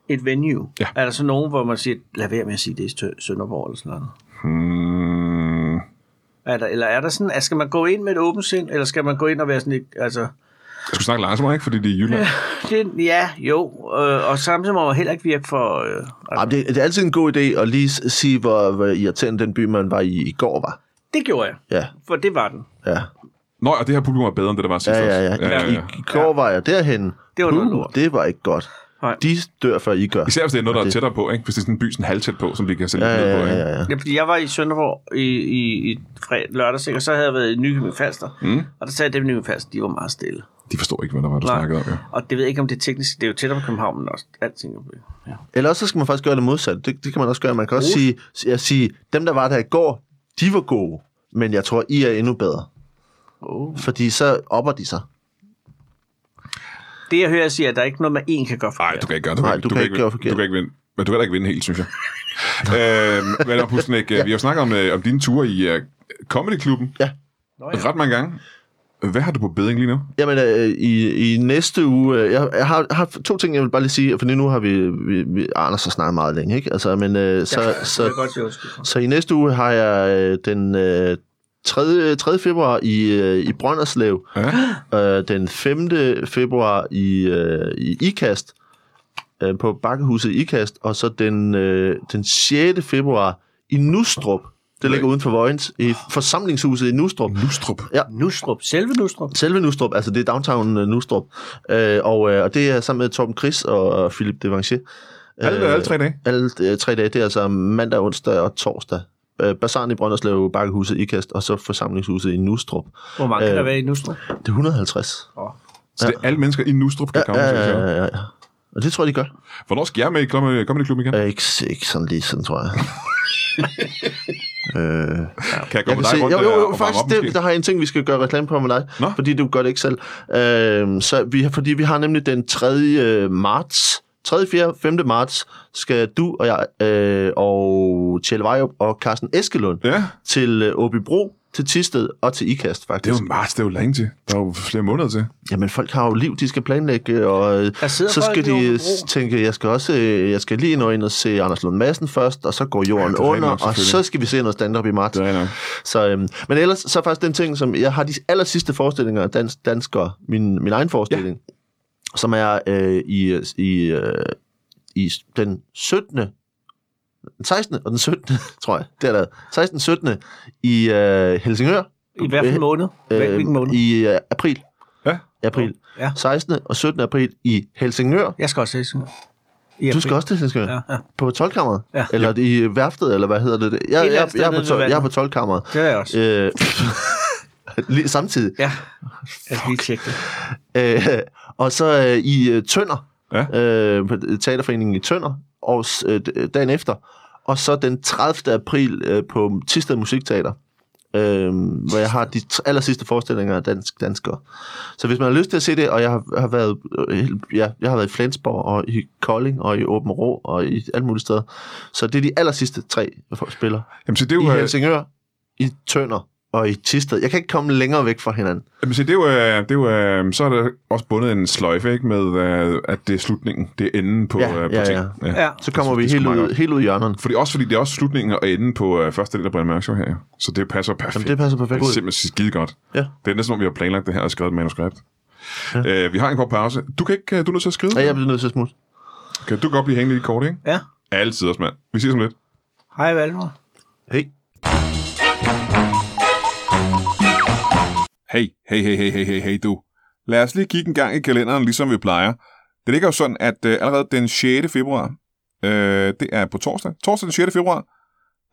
Speaker 2: et venue,
Speaker 1: Ja.
Speaker 2: er der så nogen, hvor man siger, lad være med at sige det er i Stø- Sønderborg eller sådan noget?
Speaker 1: Mm,
Speaker 2: Er der, eller er der sådan, altså, skal man gå ind med et åbent sind, eller skal man gå ind og være sådan et, altså...
Speaker 1: jeg skulle snakke langsommere, ikke? Fordi det er i Jylland.
Speaker 2: Det, ja, jo, øh, og samtidig må man heller ikke virke for... Øh, altså,
Speaker 3: Jamen, det, det er altid en god idé at lige s- sige, hvor, hvor irriterende den by, man var i i går, var.
Speaker 2: det gjorde jeg,
Speaker 3: Ja,
Speaker 2: for det var den.
Speaker 3: ja.
Speaker 1: Nå, og det her publikum er bedre, end det, der var sidst
Speaker 3: Ja, ja,
Speaker 1: også.
Speaker 3: ja. I, i går var jeg derhen.
Speaker 2: Det var noget lort.
Speaker 3: det var ikke godt.
Speaker 2: Nej.
Speaker 3: De dør, før I gør.
Speaker 1: Især hvis det er noget, der er
Speaker 3: Det-
Speaker 1: tættere på, ikke? Hvis det er sådan en by sådan halvtæt på, som de kan sælge
Speaker 3: Ja,
Speaker 1: ned på,
Speaker 3: ja,
Speaker 1: ikke?
Speaker 3: ja, ja.
Speaker 2: Ja, fordi jeg var i Sønderborg i, i, i fred, lørdags, ikke? og så havde jeg været i Nykøbing Falster, mm. og der sagde jeg, at dem i Nykøbing Falster, de var meget stille.
Speaker 1: De forstår ikke, hvad der var, du
Speaker 2: Nej.
Speaker 1: snakkede om, ja.
Speaker 2: Og det ved jeg ikke, om det er teknisk, det er jo tættere på København, men også alting. er jo- Ja.
Speaker 3: Eller også så skal man faktisk gøre det modsat. Det, det kan man også gøre. Man kan også sige, jeg sige, dem der var der i går, de var gode, men jeg tror, I er endnu bedre.
Speaker 2: Oh.
Speaker 3: Fordi så opper de sig.
Speaker 2: Det jeg hører, jeg siger, at der er ikke noget, man en kan gøre for.
Speaker 1: Nej, du kan ikke gøre det.
Speaker 3: Nej, du kan ikke gøre
Speaker 1: vinde.
Speaker 3: forkert.
Speaker 1: Du kan ikke vinde. Men du kan heller ikke vinde helt, synes jeg. øhm, men om Pusnik, ja. vi har jo snakket om, øh, om dine ture i uh, Comedy Klubben
Speaker 3: Ja.
Speaker 2: Nå, ja.
Speaker 1: ret mange gange. Hvad har du på beding lige nu?
Speaker 3: Jamen, øh, i, i næste uge... Øh, jeg, jeg har, har to ting, jeg vil bare lige sige, for nu har vi... vi, vi Anders har snakket meget længe, ikke? Altså, men øh, så,
Speaker 2: Ja,
Speaker 3: ja,
Speaker 2: det
Speaker 3: så,
Speaker 2: vil jeg godt sige undskyld for.
Speaker 3: Så i næste uge har jeg øh, den øh, 3. 3. februar i, øh, i Brønderslev,
Speaker 1: Ja.
Speaker 3: øh, den 5. februar i, øh, i Ikast, øh, på Bakkehuset i Ikast, og så den, øh, den 6. februar i Nustrup, det ligger uden for Vojens, i forsamlingshuset i Nustrup.
Speaker 1: Lustrup.
Speaker 2: Nustrup, selve Nustrup.
Speaker 3: Selve Nustrup, altså det er downtown øh, Nustrup, øh, og, øh, og det er sammen med Torben Chris og, og Philip Devanchier.
Speaker 1: Alle, alle tre dage.
Speaker 3: Alle øh, tre dage, det er altså mandag, onsdag og torsdag. Øh, Bazaren i Brønderslev, Bakkehuset, Ikast, og så forsamlingshuset i Nustrup.
Speaker 2: Hvor mange øh, kan
Speaker 3: Øh,
Speaker 2: der være i Nustrup?
Speaker 3: Det er 150.
Speaker 2: Oh.
Speaker 1: Så det er alle mennesker i Nustrup, der kommer.
Speaker 3: Ja,
Speaker 1: synes jeg.
Speaker 3: ja, ja, ja. Og det tror jeg, de gør.
Speaker 1: Hvornår skal jeg med i Comedy Comedy Klubben igen?
Speaker 3: Øh, ikke, ikke sådan lige sådan, tror jeg. øh,
Speaker 1: Kan jeg gå
Speaker 3: jeg
Speaker 1: med
Speaker 3: kan
Speaker 1: dig
Speaker 3: se,
Speaker 1: rundt
Speaker 3: jo,
Speaker 1: øh, og
Speaker 3: jo, jo
Speaker 1: varme
Speaker 3: faktisk,
Speaker 1: op, måske?
Speaker 3: det, der har jeg en ting, vi skal gøre reklame på med dig,
Speaker 1: Nå.
Speaker 3: fordi du gør det ikke selv. Øh, så vi, har- fordi vi har nemlig den 3. marts, 3., 4., 5. marts, skal du og jeg øh, og Tjelle Vejrup og Carsten Eskelund
Speaker 1: Ja,
Speaker 3: til øh, Åbibro, til Tisted og til IKAST,
Speaker 1: det er
Speaker 3: faktisk.
Speaker 1: jo marts, det er jo længe til. Der er jo flere måneder til.
Speaker 3: Jamen, folk har jo liv, de skal planlægge, og øh,
Speaker 2: Der sidder
Speaker 3: så
Speaker 2: folk
Speaker 3: skal
Speaker 2: i
Speaker 3: de
Speaker 2: Åbibro.
Speaker 3: tænke, jeg skal også, øh, jeg skal lige nå ind og se Anders Lund Madsen først, og så går jorden
Speaker 1: det er
Speaker 3: ja,
Speaker 1: rigtigt
Speaker 3: under,
Speaker 1: nok,
Speaker 3: og
Speaker 1: selvfølgelig.
Speaker 3: så skal vi se noget stand-up i marts.
Speaker 1: Det er nok.
Speaker 3: Så, øhm, men ellers, så er faktisk den ting, som jeg har de aller sidste forestillinger af dans, danskere, min, min egen forestilling, ja. som er øh, i, i, øh, i den 17. Den 16. og den 17. tror jeg, det er der. 16. 17. i øh, Helsingør.
Speaker 2: I hvert
Speaker 1: øh,
Speaker 2: fald måned. Hver- Hvilken måned?
Speaker 3: I øh, april.
Speaker 1: Ja.
Speaker 3: April.
Speaker 2: Ja.
Speaker 3: 16. og 17. april i Helsingør.
Speaker 2: Jeg skal også læse.
Speaker 3: Du skal også til Helsingør?
Speaker 2: Ja, ja.
Speaker 3: På tolvkammeret?
Speaker 2: Ja.
Speaker 3: Eller i værftet, eller hvad hedder det? Jeg,
Speaker 2: andet
Speaker 3: jeg,
Speaker 2: sted
Speaker 3: jeg, er på
Speaker 2: nede ved
Speaker 3: tol- jeg er
Speaker 2: vandet.
Speaker 3: på tolvkammeret.
Speaker 2: Det er jeg også.
Speaker 3: Øh, lige samtidig.
Speaker 2: Ja. Jeg skal lige tjekke det.
Speaker 3: Øh, og så øh, i øh, Tønder,
Speaker 1: Ja.
Speaker 3: øh, på teaterforeningen i Tønder, og, s- øh, d- dagen efter. Og så den 30. april øh, på Tisted Musikteater, øh, hvor jeg har de t- aller sidste forestillinger af dansk, danskere. Så hvis man har lyst til at se det, og jeg har, har været, øh, ja, jeg har været i Flensborg, og i Kolding, og i Åben Rå, og i alle mulige steder. Så det er de aller sidste tre for- spillere.
Speaker 1: Jamen, se, det er
Speaker 3: I
Speaker 1: jo, øh,
Speaker 3: Helsingør, i Tønder og i Tisted. Jeg kan ikke komme længere væk fra hinanden.
Speaker 1: jamen, se, det er jo, øh, det er jo øh, så er der også bundet en sløjfe, ikke, med, øh, at det er slutningen. Det er enden på,
Speaker 3: Ja,
Speaker 1: øh, på
Speaker 3: ja,
Speaker 1: ting.
Speaker 3: ja.
Speaker 2: Ja.
Speaker 3: Så kommer
Speaker 1: synes,
Speaker 3: vi
Speaker 1: det er
Speaker 3: helt
Speaker 1: sgu meget
Speaker 3: ud,
Speaker 1: godt.
Speaker 3: helt ud i hjørnerne.
Speaker 1: Fordi også fordi det er også slutningen og enden på øh, første del af Brian Mørk Show her. jo. Så det passer perfekt.
Speaker 3: Jamen, det passer perfekt.
Speaker 1: Det er simpelthen skide godt.
Speaker 3: Ja.
Speaker 1: Det er næsten, som om vi har planlagt det her og skrevet et manuskript. Ja. Øh, vi har en kort pause. Du kan ikke, øh, du er nødt til at skrive.
Speaker 3: Ja, jeg bliver nødt til at smutte.
Speaker 1: Kan du kan godt blive hængende i kort, ikke?
Speaker 2: Ja.
Speaker 1: Altid også, mand. Vi ses om lidt.
Speaker 2: Hej, Valmor.
Speaker 3: Hey.
Speaker 1: Hey, hey, hey, hey, hey, hey, hey, du. Lad os lige kigge en gang i kalenderen, ligesom vi plejer. Det ligger jo sådan, at øh, allerede den 6. februar, øh, det er på torsdag, torsdag den 6. februar,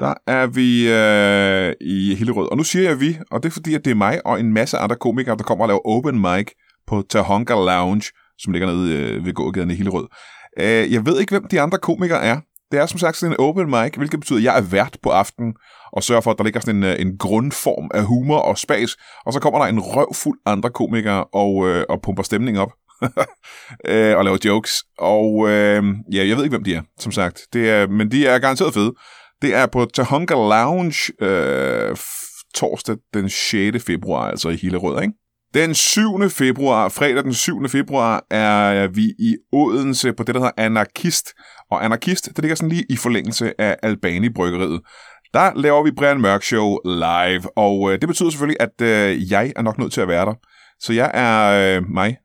Speaker 1: der er vi øh, i Hillerød. Og nu siger jeg vi, og det er fordi, at det er mig og en masse andre komikere, der kommer og laver open mic på Tahonga Lounge, som ligger nede øh, ved gågaden i Hillerød. Øh, jeg ved ikke, hvem de andre komikere er. Det er som sagt sådan en open mic, hvilket betyder, at jeg er vært på aftenen og sørger for, at der ligger sådan en, øh, en grundform af humor og spas, og så kommer der en røvfuld andre komikere og, øh, og pumper stemning op øh, og laver jokes. Og øh, ja, jeg ved ikke, hvem de er, som sagt. Det er, men de er garanteret fede. Det er på Tahonga Lounge øh, f- torsdag den 6. februar, altså i Hillerød, ikke? Den 7. februar, fredag den 7. februar, er vi i Odense på det, der hedder Anarkist. Og Anarkist, det ligger sådan lige i forlængelse af Albani-bryggeriet. Der laver vi Brian Mørk Show live, og øh, det betyder selvfølgelig, at øh, jeg er nok nødt til at være der. Så jeg er øh, mig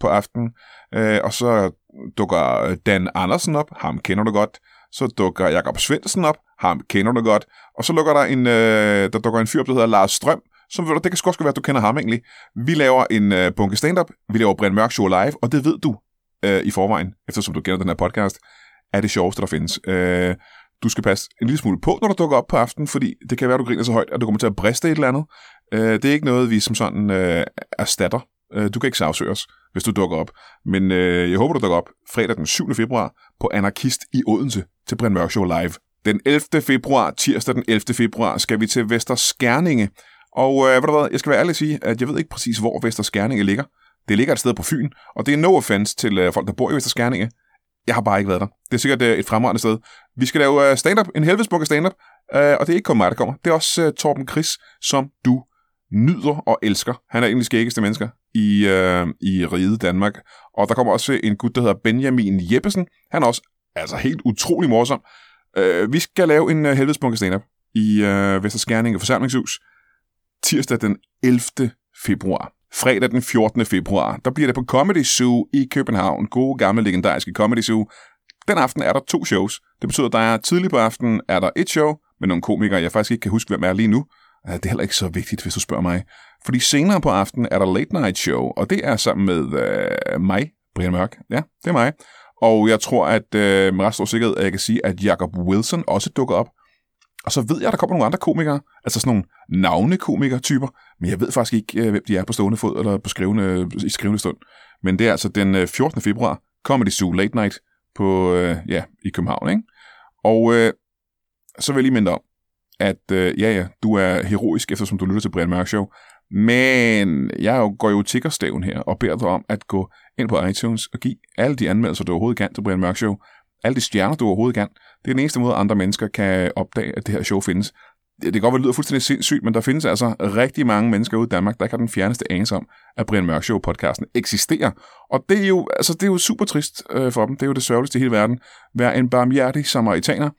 Speaker 1: på aftenen, øh, og så dukker øh, Dan Andersen op, ham kender du godt. Så dukker Jakob Svendsen op, ham kender du godt. Og så lukker der en, øh, der dukker en fyr op, der hedder Lars Strøm, som ved du, det kan sgu også godt være, at du kender ham egentlig. Vi laver en øh, bunke stand-up, vi laver Brian Mørk Show live, og det ved du øh, i forvejen, eftersom du kender den her podcast, er det sjoveste, der findes. Øh, du skal passe en lille smule på, når du dukker op på aftenen, fordi det kan være, at du griner så højt, at du kommer til at briste et eller andet. Øh, det er ikke noget, vi som sådan øh, erstatter. Øh, du kan ikke sagsøge os, hvis du dukker op. Men øh, jeg håber, du dukker op fredag den 7. februar på Anarkist i Odense til Brian Mørk Show Live. Den 11. februar, tirsdag den 11. februar, skal vi til Vester Skærninge. Og øh, ved du hvad, jeg skal være ærlig og sige, at jeg ved ikke præcis, hvor Vester Skærninge ligger. Det ligger et sted på Fyn, og det er no offense til øh, folk, der bor i Vester Skærninge. Jeg har bare ikke været der. Det er sikkert øh, et fremragende sted. Vi skal lave øh, stand-up, en helvedesbuk af stand-up, øh, og det er ikke kun mig, der kommer. Det er også øh, Torben Chris, som du nyder og elsker. Han er en af de skæggeste mennesker i, øh, i rige Danmark. Og der kommer også en gut, der hedder Benjamin Jeppesen. Han er også altså, helt utrolig morsom. Øh, vi skal lave en øh, helvedesbunke stand-up i øh, Vester Skærninge forsamlingshus tirsdag den 11. februar. Fredag den 14. februar, der bliver det på Comedy Zoo i København. Gode, gamle, legendariske Comedy Zoo. Den aften er der to shows. Det betyder, at der er tidlig på aftenen er der et show med nogle komikere, jeg faktisk ikke kan huske, hvem er lige nu. Øh, Det er heller ikke så vigtigt, hvis du spørger mig. Fordi senere på aftenen er der Late Night Show, og det er sammen med øh, mig, Brian Mørk. Ja, det er mig. Og jeg tror, at øh, med ret stor sikkerhed, at jeg kan sige, at Jacob Wilson også dukker op. Og så ved jeg, at der kommer nogle andre komikere, altså sådan nogle navnekomikere-typer, men jeg ved faktisk ikke, øh, hvem de er på stående fod eller på skrivende, i skrivende stund. Men det er altså den øh, 14. februar, Comedy Zoo Late Night på, øh, ja, i København. Ikke? Og øh, så vil jeg lige minde dig om, at øh, ja, ja, du er heroisk, eftersom du lytter til Brian Mørk Show, men jeg er jo- går jo tiggerstaven her og beder dig om at gå ind på iTunes og give alle de anmeldelser, du overhovedet kan til Brian Mørk Show, alle de stjerner, du overhovedet kan. Det er den eneste måde, andre mennesker kan opdage, at det her show findes. Det det kan godt være, det lyder fuldstændig sindssygt, men der findes altså rigtig mange mennesker ude i Danmark, der ikke har den fjerneste anelse om, at Brian Mørk Show-podcasten eksisterer. Og det er jo, altså, det er jo super trist øh, for dem. Det er jo det sørgeligste i hele verden. Vær en barmhjertig samaritaner.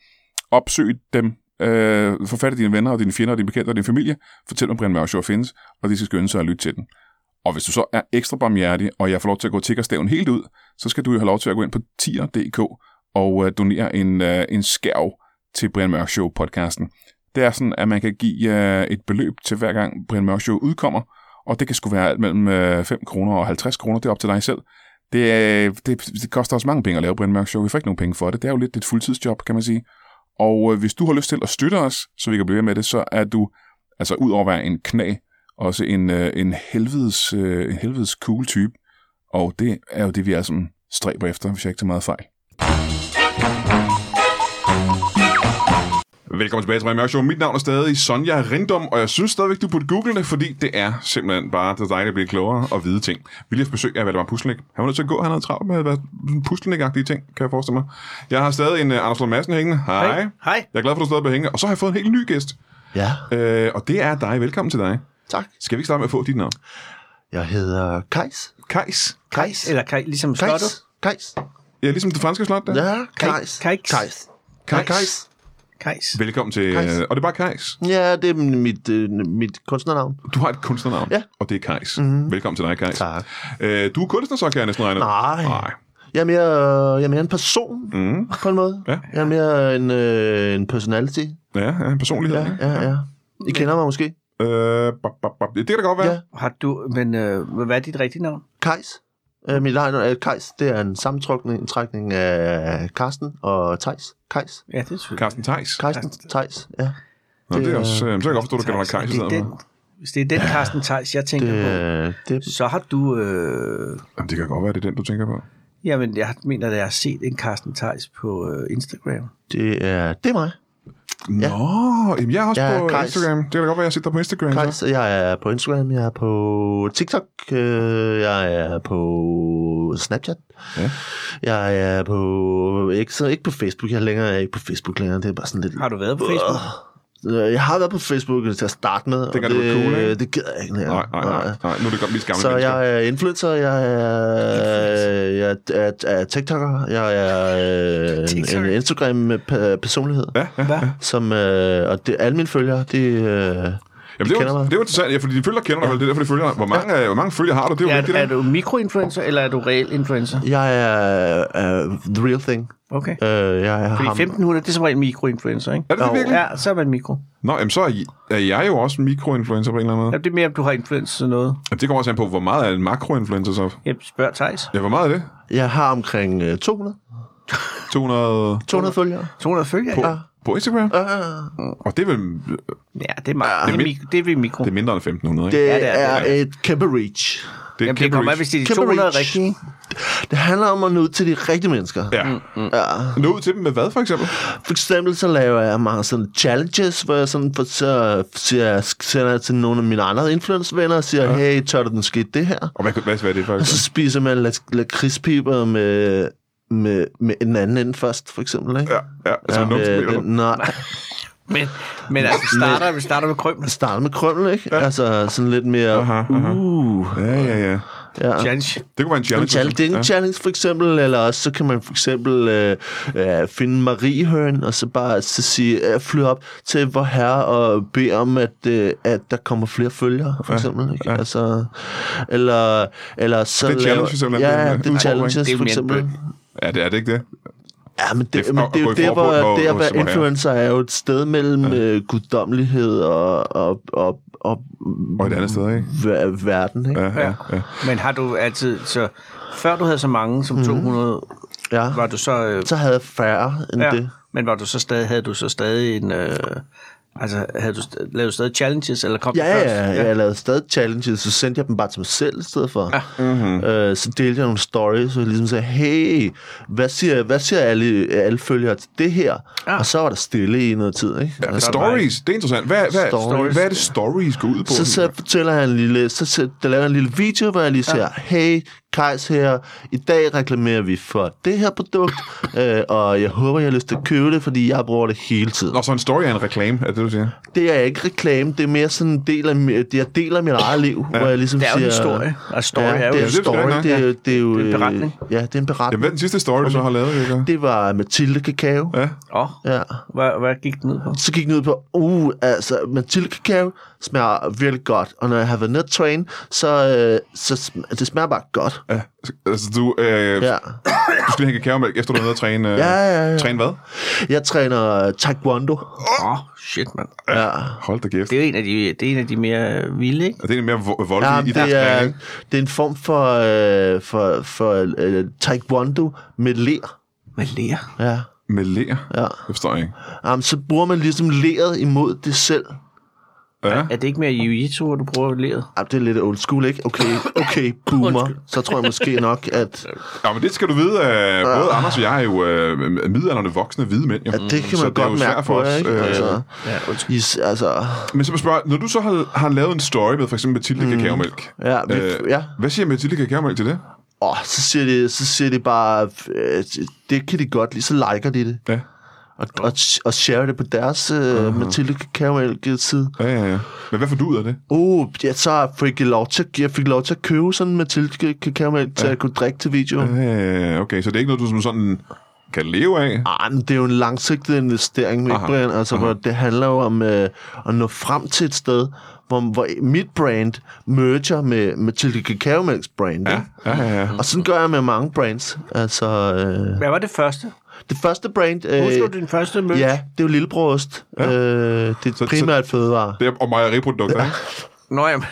Speaker 1: Opsøg dem. Øh, få fat i dine venner og dine fjender og dine bekendte og din familie. Fortæl dem, at Brian Mørk Show findes, og de skal skynde sig at lytte til den. Og hvis du så er ekstra barmhjertig, og jeg får lov til at gå tiggerstaven helt ud, så skal du jo have lov til at gå ind på tier.dk og øh, donere en, øh, en skærv til Brian Mørk Show podcasten. Det er sådan, at man kan give øh, et beløb til hver gang Brian Mørk Show udkommer, og det kan sgu være alt mellem øh, 5 kroner og 50 kroner, det er op til dig selv. Det, øh, det, det koster også mange penge at lave Brian Mørk Show, vi får ikke nogen penge for det, det er jo lidt et fuldtidsjob, kan man sige. Og øh, hvis du har lyst til at støtte os, så vi kan blive ved med det, så er du, altså ud over at være en knæ, også en, øh, en, helvedes, øh, en helvedes cool type. Og det er jo det, vi er sådan stræber efter, hvis jeg ikke tager meget fejl. Velkommen tilbage til Brian Mørk Show. Mit navn er stadig Sonja Rindom, og jeg synes stadigvæk, du burde google det, fordi det er simpelthen bare det dejligt at blive klogere og vide ting. Vi lige har besøg af Valdemar Puslenik. Han var nødt til at gå, han havde travlt med at være puslenik ting, kan jeg forestille mig. Jeg har stadig en uh, Anders Lund Madsen hængende. Hej. Hej.
Speaker 2: Hej.
Speaker 1: Jeg er glad for, at du stadig bliver hængende. Og så har jeg fået en helt ny gæst,
Speaker 3: Ja,
Speaker 1: øh, og det er dig. Velkommen til dig.
Speaker 3: tak.
Speaker 1: Skal vi ikke starte med at få dit navn?
Speaker 3: Jeg hedder Kajs.
Speaker 1: Kajs.
Speaker 3: Kajs.
Speaker 2: Eller kaj, ligesom slottet.
Speaker 3: Kajs. Kajs.
Speaker 1: Ja, ligesom det franske slot der.
Speaker 3: Ja,
Speaker 2: Kajs.
Speaker 3: Kajs. Kajs.
Speaker 1: Kajs.
Speaker 3: Kajs.
Speaker 2: Kajs.
Speaker 1: Velkommen til... øh,
Speaker 3: Kajs.
Speaker 1: Og det er bare Kajs.
Speaker 3: Ja, det er mit, øh, mit kunstnernavn.
Speaker 1: Du har et kunstnernavn,
Speaker 3: Ja. Mhm.
Speaker 1: og det er Kajs. Mm-hmm. Velkommen til dig, Kajs.
Speaker 3: Tak.
Speaker 1: Øh, du er kunstner, så kan jeg næsten regne ud.
Speaker 3: Nej.
Speaker 1: Nej. Mhm.
Speaker 3: Jeg er mere, jeg er mere en person, mm. på en måde.
Speaker 1: Ja.
Speaker 3: Jeg er mere en, øh, en personality.
Speaker 1: Ja, ja, en personlighed.
Speaker 3: Ja,
Speaker 1: ikke?
Speaker 3: ja, ja. I kender mig måske?
Speaker 1: Øh, bop, bop, bop. Det kan da godt være.
Speaker 3: Ja.
Speaker 2: Har du, men øh, hvad er dit rigtige navn?
Speaker 3: Kajs. Øh, mit egen er Kajs. Det er en sammentrækning en trækning af Karsten og Tejs. Kajs.
Speaker 2: Ja, det er selvfølgelig.
Speaker 1: Carsten Theis.
Speaker 3: Karsten Tejs, ja.
Speaker 1: Nå, det, er
Speaker 3: det er-
Speaker 1: også... Øh, så kan jeg godt forstå, at du kalder dig
Speaker 2: Theis.
Speaker 1: Kajs i stedet
Speaker 2: Det er den,
Speaker 1: for.
Speaker 2: hvis det er den Carsten Theis, jeg tænker
Speaker 3: Det,
Speaker 2: på,
Speaker 3: øh, det,
Speaker 2: så har du... Øh,
Speaker 1: Jamen, det kan godt være, det er den, du tænker på.
Speaker 2: jamen, jeg mener, at jeg har set en Carsten Theis på øh, Instagram.
Speaker 3: det, er, det er mig.
Speaker 1: Nå, jamen, jeg er også
Speaker 3: Jeg er
Speaker 1: på
Speaker 3: Kajs.
Speaker 1: Instagram. Det kan da godt være, jeg sidder på Instagram. så.
Speaker 3: Kajs, jeg er på Instagram, jeg er på TikTok, øh, jeg er på Snapchat.
Speaker 1: Ja.
Speaker 3: Jeg er på... Ikke, så ikke på Facebook, jeg er længere jeg er ikke på Facebook længere. Det er bare sådan lidt...
Speaker 2: Har du været på Facebook?
Speaker 3: Øh, Jeg har været på Facebook til at starte med.
Speaker 1: Dengang
Speaker 3: og
Speaker 1: du var cool, ikke?
Speaker 3: Det gider jeg ikke længere.
Speaker 1: Nej, nej, nej. nej. Nu er det godt, vi gamle
Speaker 3: Så
Speaker 1: mennesker.
Speaker 3: jeg er influencer, jeg er, jeg er, er TikToker, jeg er øh, en, en Instagram-personlighed,
Speaker 1: Ja, ja.
Speaker 2: Hvad?
Speaker 3: som, øh, og det, alle mine følgere, de, øh,
Speaker 1: Jamen,
Speaker 3: de
Speaker 1: det,
Speaker 3: kender
Speaker 1: var,
Speaker 3: mig.
Speaker 1: det var interessant, ja, fordi de følger kender dig vel, det er derfor, de følger dig. Hvor mange, øh, hvor mange følger har du? Det er jo vigtigt,
Speaker 2: Er, er
Speaker 1: ikke?
Speaker 2: du mikroinfluencer, eller er du reel influencer?
Speaker 3: Jeg er uh, the real thing.
Speaker 2: Okay.
Speaker 3: Uh, jeg er
Speaker 2: Fordi
Speaker 3: ham.
Speaker 2: 1500, det er som regel mikroinfluencer, ikke?
Speaker 1: Er det det
Speaker 3: Jo.
Speaker 1: virkelig?
Speaker 2: Ja, så er man mikro.
Speaker 1: Nå, jamen, så er I- er jeg jo også en mikroinfluencer på en eller anden måde.
Speaker 2: Ja, det er mere, om du har influencer til noget.
Speaker 1: Jamen, det kommer også an på, hvor meget er en makroinfluencer så?
Speaker 2: Jeg spørger Thijs.
Speaker 1: Ja, hvor meget er det?
Speaker 3: Jeg har omkring øh, 200,
Speaker 1: 200
Speaker 3: 200 følgere.
Speaker 2: 200 følgere?
Speaker 1: på,
Speaker 2: ikke?
Speaker 1: på Instagram?
Speaker 3: Uh,
Speaker 1: Og det er vel
Speaker 2: Ja, det er,
Speaker 1: Det
Speaker 2: meget.
Speaker 1: er
Speaker 2: det er,
Speaker 1: mit-
Speaker 2: mikro, det er ved mikro.
Speaker 1: det er mindre end 1500, ikke?
Speaker 3: det,
Speaker 2: Ja,
Speaker 3: ja,
Speaker 2: det
Speaker 3: det
Speaker 2: er
Speaker 3: er,
Speaker 2: det.
Speaker 3: er et kæmpe reach.
Speaker 1: Det er
Speaker 2: Jamen, det
Speaker 1: kæmpe
Speaker 2: kommer af,
Speaker 1: reach.
Speaker 2: hvis det er de
Speaker 3: Kæmpe
Speaker 2: 200
Speaker 3: reach.
Speaker 2: rigtige.
Speaker 3: Det handler om at nå ud til de rigtige mennesker.
Speaker 1: Ja. Nå ud til dem med hvad, for eksempel?
Speaker 3: For eksempel så laver jeg mange sådan challenges, hvor jeg sådan for, så siger, jeg- sender jeg til nogle af mine andre influencer-venner og siger, ja. hey, tør du den skidt det her?
Speaker 1: Og hvad, hvad, hvad er det for
Speaker 3: Og så
Speaker 1: eksempel?
Speaker 3: spiser man lak- lakridspiber med, med, med en anden ende først, for eksempel, ikke?
Speaker 1: Ja, ja, altså ja,
Speaker 3: øh,
Speaker 1: numsemeter.
Speaker 3: den- nej,
Speaker 2: Men, men altså, vi starter, vi starter med krømmel.
Speaker 3: starte med krømmel, ikke? Ja. Altså sådan lidt mere...
Speaker 1: Aha, aha.
Speaker 3: Uh,
Speaker 1: Ja, ja, ja.
Speaker 3: ja.
Speaker 2: Challenge.
Speaker 1: Det kunne være en challenge.
Speaker 3: En challenge, det er en
Speaker 1: ja.
Speaker 3: challenge for eksempel, eller også så kan man for eksempel øh, øh, finde Mariehøn, og så bare så sige, øh, flyve op til vor herre og bede om, at, øh, at der kommer flere følgere, for eksempel. Ikke? Ja. Altså, eller, eller så
Speaker 1: Det er
Speaker 3: laver-
Speaker 1: challenge, for eksempel, øh, det er
Speaker 3: Ja,
Speaker 1: en
Speaker 3: ja, det er
Speaker 1: udfordring.
Speaker 3: challenges,
Speaker 2: Det er jo
Speaker 3: for
Speaker 2: mere en
Speaker 3: eksempel.
Speaker 2: bøn.
Speaker 1: Ja, det er det ikke det.
Speaker 3: Ja, men det,
Speaker 1: Det er
Speaker 3: det, men
Speaker 1: at
Speaker 3: det er
Speaker 1: gå
Speaker 3: jo
Speaker 1: i
Speaker 3: der,
Speaker 1: forbund
Speaker 3: hvor
Speaker 1: på-
Speaker 3: det at
Speaker 1: hos
Speaker 3: være
Speaker 1: Vorherre.
Speaker 3: influencer er jo et sted mellem ja. øh, guddommelighed og, og, og, og,
Speaker 1: Og et andet sted, ikke?
Speaker 3: ver- verden, ikke?
Speaker 1: Ja, ja, ja.
Speaker 2: Men har du altid... Så før du havde så mange
Speaker 1: Mhm.
Speaker 2: som 200,
Speaker 3: Ja.
Speaker 2: var du så... Øh,
Speaker 3: Så havde jeg færre end ja. det.
Speaker 2: Men var du så stadig, havde du så stadig en... Øh, Altså, havde du st- lavede du stadig challenges, eller kom
Speaker 3: Ja,
Speaker 2: det først?
Speaker 3: ja, ja, jeg lavede stadig challenges, så sendte jeg dem bare til mig selv i stedet for. Ja. Mm-hmm. Øh, så delte jeg nogle stories, og ligesom sagde, hey, hvad siger, hvad siger alle, alle følgere til det her?
Speaker 2: Ja.
Speaker 3: Ja. Og så var der stille i noget tid, ikke?
Speaker 1: Ja,
Speaker 3: Og så-
Speaker 1: stories, det er interessant. Hvad, hvad, stories.
Speaker 3: Stories.
Speaker 1: hvad er det, stories går ud på?
Speaker 3: så, så fortæller han en lille, så, så der laver jeg en lille video, hvor jeg lige siger, hey, Kajs her, i dag reklamerer vi for det her produkt, øh, og jeg håber, jeg har lyst til at købe det, fordi jeg bruger det hele tiden.
Speaker 1: Nå, så en story er en reklame, er det, du siger? det
Speaker 3: Det er ikke reklame, det er mere sådan en del af, mi- det jeg deler mit eget liv, ja. hvor jeg ligesom
Speaker 2: Det er jo en
Speaker 3: siger...
Speaker 2: historie. Altså, story
Speaker 3: ja,
Speaker 2: er jo
Speaker 3: det
Speaker 2: en
Speaker 3: er en
Speaker 1: Det er
Speaker 3: story.
Speaker 1: det,
Speaker 3: Det er, jo- det er jo...
Speaker 2: Det er en beretning.
Speaker 3: øh, Ja, det er en
Speaker 1: Jamen,
Speaker 3: beretning.
Speaker 1: hvad er den sidste story, du så har lavet, Jørgen?
Speaker 3: Det var Mathilde Kakao.
Speaker 1: Ja.
Speaker 2: Åh,
Speaker 3: Ja.
Speaker 2: hvad, hvad gik den ud på?
Speaker 3: Så gik den ud på, uh, altså, Mathilde Kakao smager virkelig godt. Og når jeg har været nede at træne, så, øh, så sm- det smager bare godt.
Speaker 1: ja. Altså, du, øh, ja.
Speaker 3: Ja.
Speaker 1: du skal lige have kakaomælk, efter du er nede og træne... Øh,
Speaker 3: Ja, ja, ja.
Speaker 1: Træne hvad?
Speaker 3: Jeg træner øh, taekwondo.
Speaker 2: Åh, oh, shit, mand.
Speaker 3: Ja.
Speaker 1: Hold da kæft.
Speaker 2: Det er jo en af de, det er en af de mere øh, vilde, ikke?
Speaker 1: Og det er en mere vo- voldelig
Speaker 3: Ja,
Speaker 1: ja,
Speaker 3: det, er, det er en form for, øh, for, for øh, taekwondo med ler.
Speaker 2: Hvad lærer?
Speaker 3: Ja.
Speaker 1: Med lær.
Speaker 3: Ja.
Speaker 1: Det forstår jeg ikke.
Speaker 3: Jamen, så bruger man ligesom leret imod det selv.
Speaker 1: Ja.
Speaker 2: Er det ikke mere jiu-jitsu, hvor du bruger læret?
Speaker 3: Jamen, det er lidt old school, ikke? Okay, okay, boomer. Så tror jeg måske nok, at,
Speaker 1: Ja, men det skal du vide. Øh, både Anders og jeg er jo øh, midalderne voksne hvide mænd. Jo.
Speaker 3: at det kan man
Speaker 1: Så
Speaker 3: så
Speaker 1: det er jo
Speaker 3: godt
Speaker 1: svært
Speaker 3: mærke
Speaker 1: for
Speaker 3: på,
Speaker 1: os,
Speaker 3: ikke?
Speaker 1: øh,
Speaker 3: Altså,
Speaker 2: Ja, undskyld.
Speaker 3: is, altså,
Speaker 1: Men så vil jeg spørge, når du så har, har lavet en story med for eksempel Mathilde mm. Kakaomælk,
Speaker 3: ja, vi,
Speaker 1: øh,
Speaker 3: ja.
Speaker 1: hvad siger Mathilde Kakaomælk til det?
Speaker 3: Åh, så siger de, så siger de bare, øh, det kan de godt lide, så liker de det.
Speaker 1: Ja.
Speaker 3: Og, og, og share det på deres øh, Mathilde Karamel-side.
Speaker 1: Ja, ja, ja. Men hvad får du ud af det?
Speaker 3: Uh, ja, så fik jeg, lov til, at- jeg fik lov til at købe sådan en Mathilde Karamel, til at kunne drikke til videoen.
Speaker 1: Øh, okay, så det er ikke noget, du som sådan kan leve af?
Speaker 3: Ah, men det er jo en langsigtet investering, ikke,
Speaker 1: Aha.
Speaker 3: Brian? Altså, hvor det handler jo om øh, at nå frem til et sted, hvor, hvor mit brand merger med Mathilde Kakaomælks brand. Ja.
Speaker 1: Ja, ja, ja.
Speaker 3: Og sådan gør jeg med mange brands. Altså, øh,
Speaker 2: Hvad var det første?
Speaker 3: det første brand... Øh,
Speaker 2: Husker du din første møde?
Speaker 3: Ja, det er jo lillebrorost. Ja. Øh, det
Speaker 1: så-
Speaker 3: er primært fødevare.
Speaker 1: Det er, og mejeriprodukter, ikke?
Speaker 2: Nå, jamen,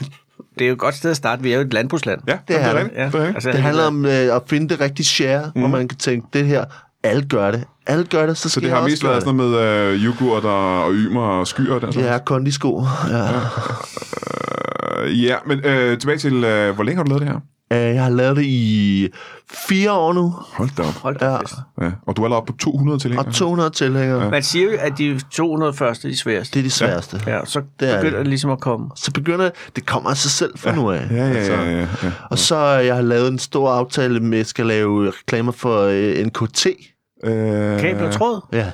Speaker 2: det er jo et godt sted at starte. Vi er jo et landbrugsland.
Speaker 1: Ja, Altså, det er
Speaker 3: det.
Speaker 1: rigtigt. Det er rigtigt.
Speaker 2: Altså,
Speaker 3: Det handler om øh, at finde det rigtige share, mm. hvor man kan tænke, det her, alle gør det. Alle gør det, så
Speaker 1: Så
Speaker 3: skal
Speaker 1: det
Speaker 3: jeg
Speaker 1: har
Speaker 3: også
Speaker 1: mest
Speaker 3: gøre
Speaker 1: været
Speaker 3: det.
Speaker 1: sådan noget med øh, yoghurt og, og ymer og skyer og den slags?
Speaker 3: Det er kondisko. Ja.
Speaker 1: Øh, ja, men øh, tilbage til, øh, hvor længe har du lavet det her?
Speaker 3: Øh, Jeg har lavet det i fire år nu,
Speaker 1: Hold da op.
Speaker 2: Hold da
Speaker 3: Ja.
Speaker 2: fest.
Speaker 1: Ja. Og du er allerede oppe på 200 til
Speaker 3: og 200 tilhængere. Ja.
Speaker 2: Man siger jo, at de 200 første er de sværeste.
Speaker 3: Det er de sværeste. Ja.
Speaker 2: Ja, så
Speaker 3: Det er
Speaker 2: begynder
Speaker 3: det.
Speaker 2: det ligesom at komme.
Speaker 3: Så begynder det kommer af sig selv fra nu af. altså.
Speaker 1: Ja, ja, ja, ja, ja.
Speaker 3: Og så øh, jeg har lavet en stor aftale med, at jeg skal lave reklamer for øh, NKT.
Speaker 1: Øh,
Speaker 2: Kabel og tråd.
Speaker 3: Ja.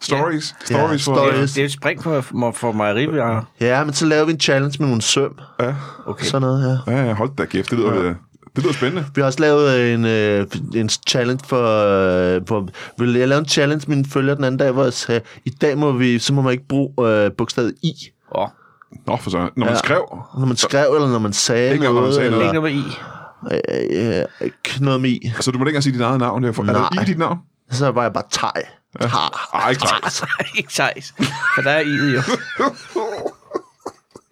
Speaker 1: Stories. Stories for...
Speaker 2: Det er,
Speaker 3: stories.
Speaker 2: det er et spring for, for, for mejerivarer.
Speaker 3: ja, men så laver vi en challenge med nogle søm.
Speaker 1: Ja.
Speaker 2: Okay.
Speaker 3: Sådan noget her. Ja.
Speaker 1: ja, ja, hold da kæft. Det lyder, ja. det lyder spændende.
Speaker 3: Vi har også lavet en, øh, en challenge for, øh, for... vil Jeg lavede en challenge med mine følgere den anden dag, hvor jeg sagde, i dag må vi, så må man ikke bruge øh, bogstavet I,
Speaker 2: Åh,
Speaker 1: Nå, for så. Når man
Speaker 3: Ja.
Speaker 1: skrev...
Speaker 3: når man skrev, eller når man sagde
Speaker 1: Ikke
Speaker 3: noget.
Speaker 1: engang, når man sagde
Speaker 2: det er
Speaker 1: noget.
Speaker 3: eller,
Speaker 2: ikke noget med i.
Speaker 3: Øh, øh, ikke noget med I.
Speaker 1: Så du må ikke engang sige dit eget navn. Derfor. Er der
Speaker 3: Nej.
Speaker 1: i dit navn?
Speaker 3: Så var jeg bare tej. Tar.
Speaker 1: Ej, ikke klart.
Speaker 2: ikke sejs. For der er i'et jo.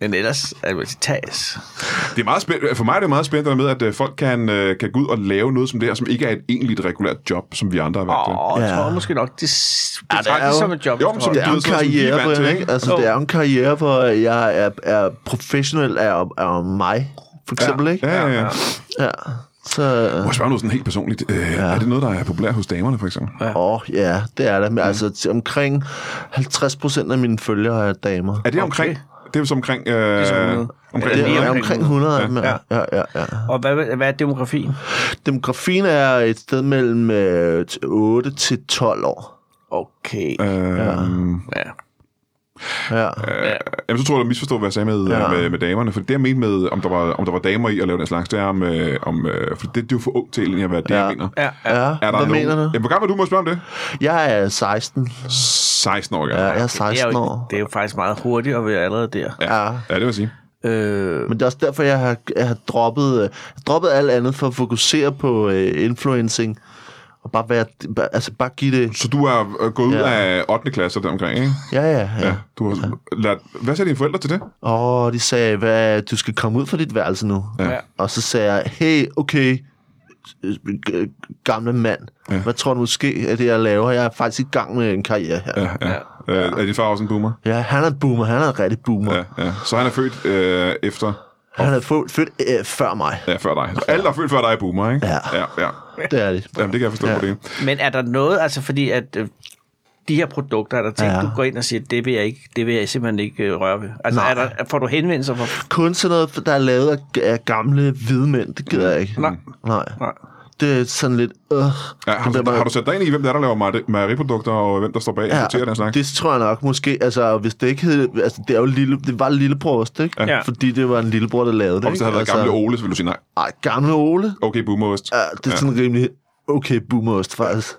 Speaker 2: Men ellers er det jo tages.
Speaker 1: Det er meget spændende. For mig er det meget spændende med, at øh, folk kan, øh, kan gå ud og lave noget som det her, som ikke er et egentligt regulært job, som vi andre har været til.
Speaker 2: Åh, jeg
Speaker 3: Ja.
Speaker 2: tror måske nok, det s- betragtes
Speaker 3: er jo-
Speaker 2: som et job.
Speaker 1: Jo, men som
Speaker 2: tror jeg.
Speaker 3: Det er jo en
Speaker 1: lyder sådan, som vi er
Speaker 3: karriere,
Speaker 1: vant til,
Speaker 3: Brian,
Speaker 1: ikke?
Speaker 3: ikke? Altså,
Speaker 2: Jo.
Speaker 3: det er jo en karriere, hvor jeg er, er professionel af, af mig, for eksempel, ikke?
Speaker 1: Ja, ja, ja.
Speaker 3: Ja. Så,
Speaker 1: Må jeg spørge noget sådan helt personligt? Øh, Er det noget, der er populært hos damerne, for eksempel?
Speaker 3: åh, oh, ja, det er det.
Speaker 1: Mm.
Speaker 3: Men altså, til omkring 50 procent af mine følgere er damer.
Speaker 1: Er det omkring... Det er jo så omkring... Øh, det er
Speaker 2: så 100.
Speaker 1: omkring
Speaker 2: Ja,
Speaker 3: Det er
Speaker 2: omkring
Speaker 3: omkring 100 af dem, ja.
Speaker 2: Ja.
Speaker 3: ja, ja, ja.
Speaker 2: Og hvad, hvad er demografien?
Speaker 3: Demografien er et sted mellem øh, 8 til 12 år.
Speaker 2: Okay.
Speaker 1: øh,
Speaker 2: Ja.
Speaker 3: Ja.
Speaker 1: Øh, jamen, så tror jeg, du misforstod, hvad jeg sagde med, ja.
Speaker 3: Ja.
Speaker 1: med, med damerne. For det jeg mente med, om der, var, om der var damer i at lave den slags, det er om... Øh, om øh, for det, det er jo for ung til egentlig at være det, ja. jeg
Speaker 3: Ja.
Speaker 1: mener.
Speaker 2: Ja, ja.
Speaker 3: ja.
Speaker 1: Er der
Speaker 3: Hvad
Speaker 1: nogen,
Speaker 3: mener du?
Speaker 1: Jamen, hvor gammel er du, må jeg spørge om det?
Speaker 3: Jeg er 16.
Speaker 1: 16 år,
Speaker 3: Ja,
Speaker 1: ja.
Speaker 3: jeg er
Speaker 2: Det er,
Speaker 3: 16
Speaker 2: jo,
Speaker 3: år.
Speaker 2: det er jo faktisk meget hurtigt at være allerede der.
Speaker 3: Ja.
Speaker 1: Ja, det vil jeg sige.
Speaker 2: Øh,
Speaker 3: Men det er også derfor, jeg har, jeg har droppet, øh, jeg har droppet alt andet for at fokusere på øh, influencing. Og bare, være, bare, altså bare give det...
Speaker 1: Så du er øh, gået ud
Speaker 3: Ja.
Speaker 1: af 8. klasse der omkring, ikke?
Speaker 3: Ja, ja, ja.
Speaker 1: Ja. Du har, lad, hvad sagde dine forældre til det?
Speaker 3: Og de sagde, hvad, du skal komme ud fra dit værelse nu.
Speaker 1: Ja.
Speaker 2: ja.
Speaker 3: Og så sagde jeg, hey, okay, øh, g- gamle mand.
Speaker 1: Ja.
Speaker 3: Ja. Hvad tror du måske af det, jeg laver? Jeg er faktisk i gang med en karriere her. Ja,
Speaker 1: Ja. Øh, er din far også en boomer?
Speaker 3: ja han er en boomer. Han er en rigtig boomer. Ja.
Speaker 1: Ja, ja. Så han er født øh, efter...
Speaker 3: Han er født, født øh, før mig.
Speaker 1: Ja, før dig. Så alle, der er født før dig, er boomer, ikke?
Speaker 3: Ja.
Speaker 1: ja, ja.
Speaker 3: Det er det.
Speaker 1: Jamen, det kan jeg forstå ja.
Speaker 3: Ja.
Speaker 1: på det.
Speaker 2: Men er der noget, altså fordi at øh, de her produkter, er der ting, ja.
Speaker 3: Ja.
Speaker 2: du går ind og siger, det vil jeg, ikke, det vil jeg simpelthen ikke øh, røre ved? Altså
Speaker 3: Nej.
Speaker 2: er der, får du henvendelser fra...
Speaker 3: Kun sådan noget, der er lavet af, af gamle hvide mænd. Det gider jeg ikke.
Speaker 2: Nej.
Speaker 3: Nej.
Speaker 2: Nej.
Speaker 3: Det er sådan lidt... Øh, ja,
Speaker 1: Ja, har, du, har du sat dig ind i, hvem der, er, der laver mejeri- mejeriprodukter, og hvem der står bag ja, og sorterer den slags?
Speaker 3: det tror jeg nok måske. Altså, hvis det ikke hed... Altså, det, er jo lille, det var lillebror også, ikke?
Speaker 2: Ja.
Speaker 3: Fordi det var en lillebror, der lavede det.
Speaker 1: og hvis det havde været
Speaker 3: ikke? Altså,
Speaker 1: gamle Ole, så ville du sige nej.
Speaker 3: Ej, gamle Ole.
Speaker 1: Okay, boomerost.
Speaker 3: altså- Ja, det
Speaker 1: Ja.
Speaker 3: er ja. sådan rimelig okay boomerost, faktisk.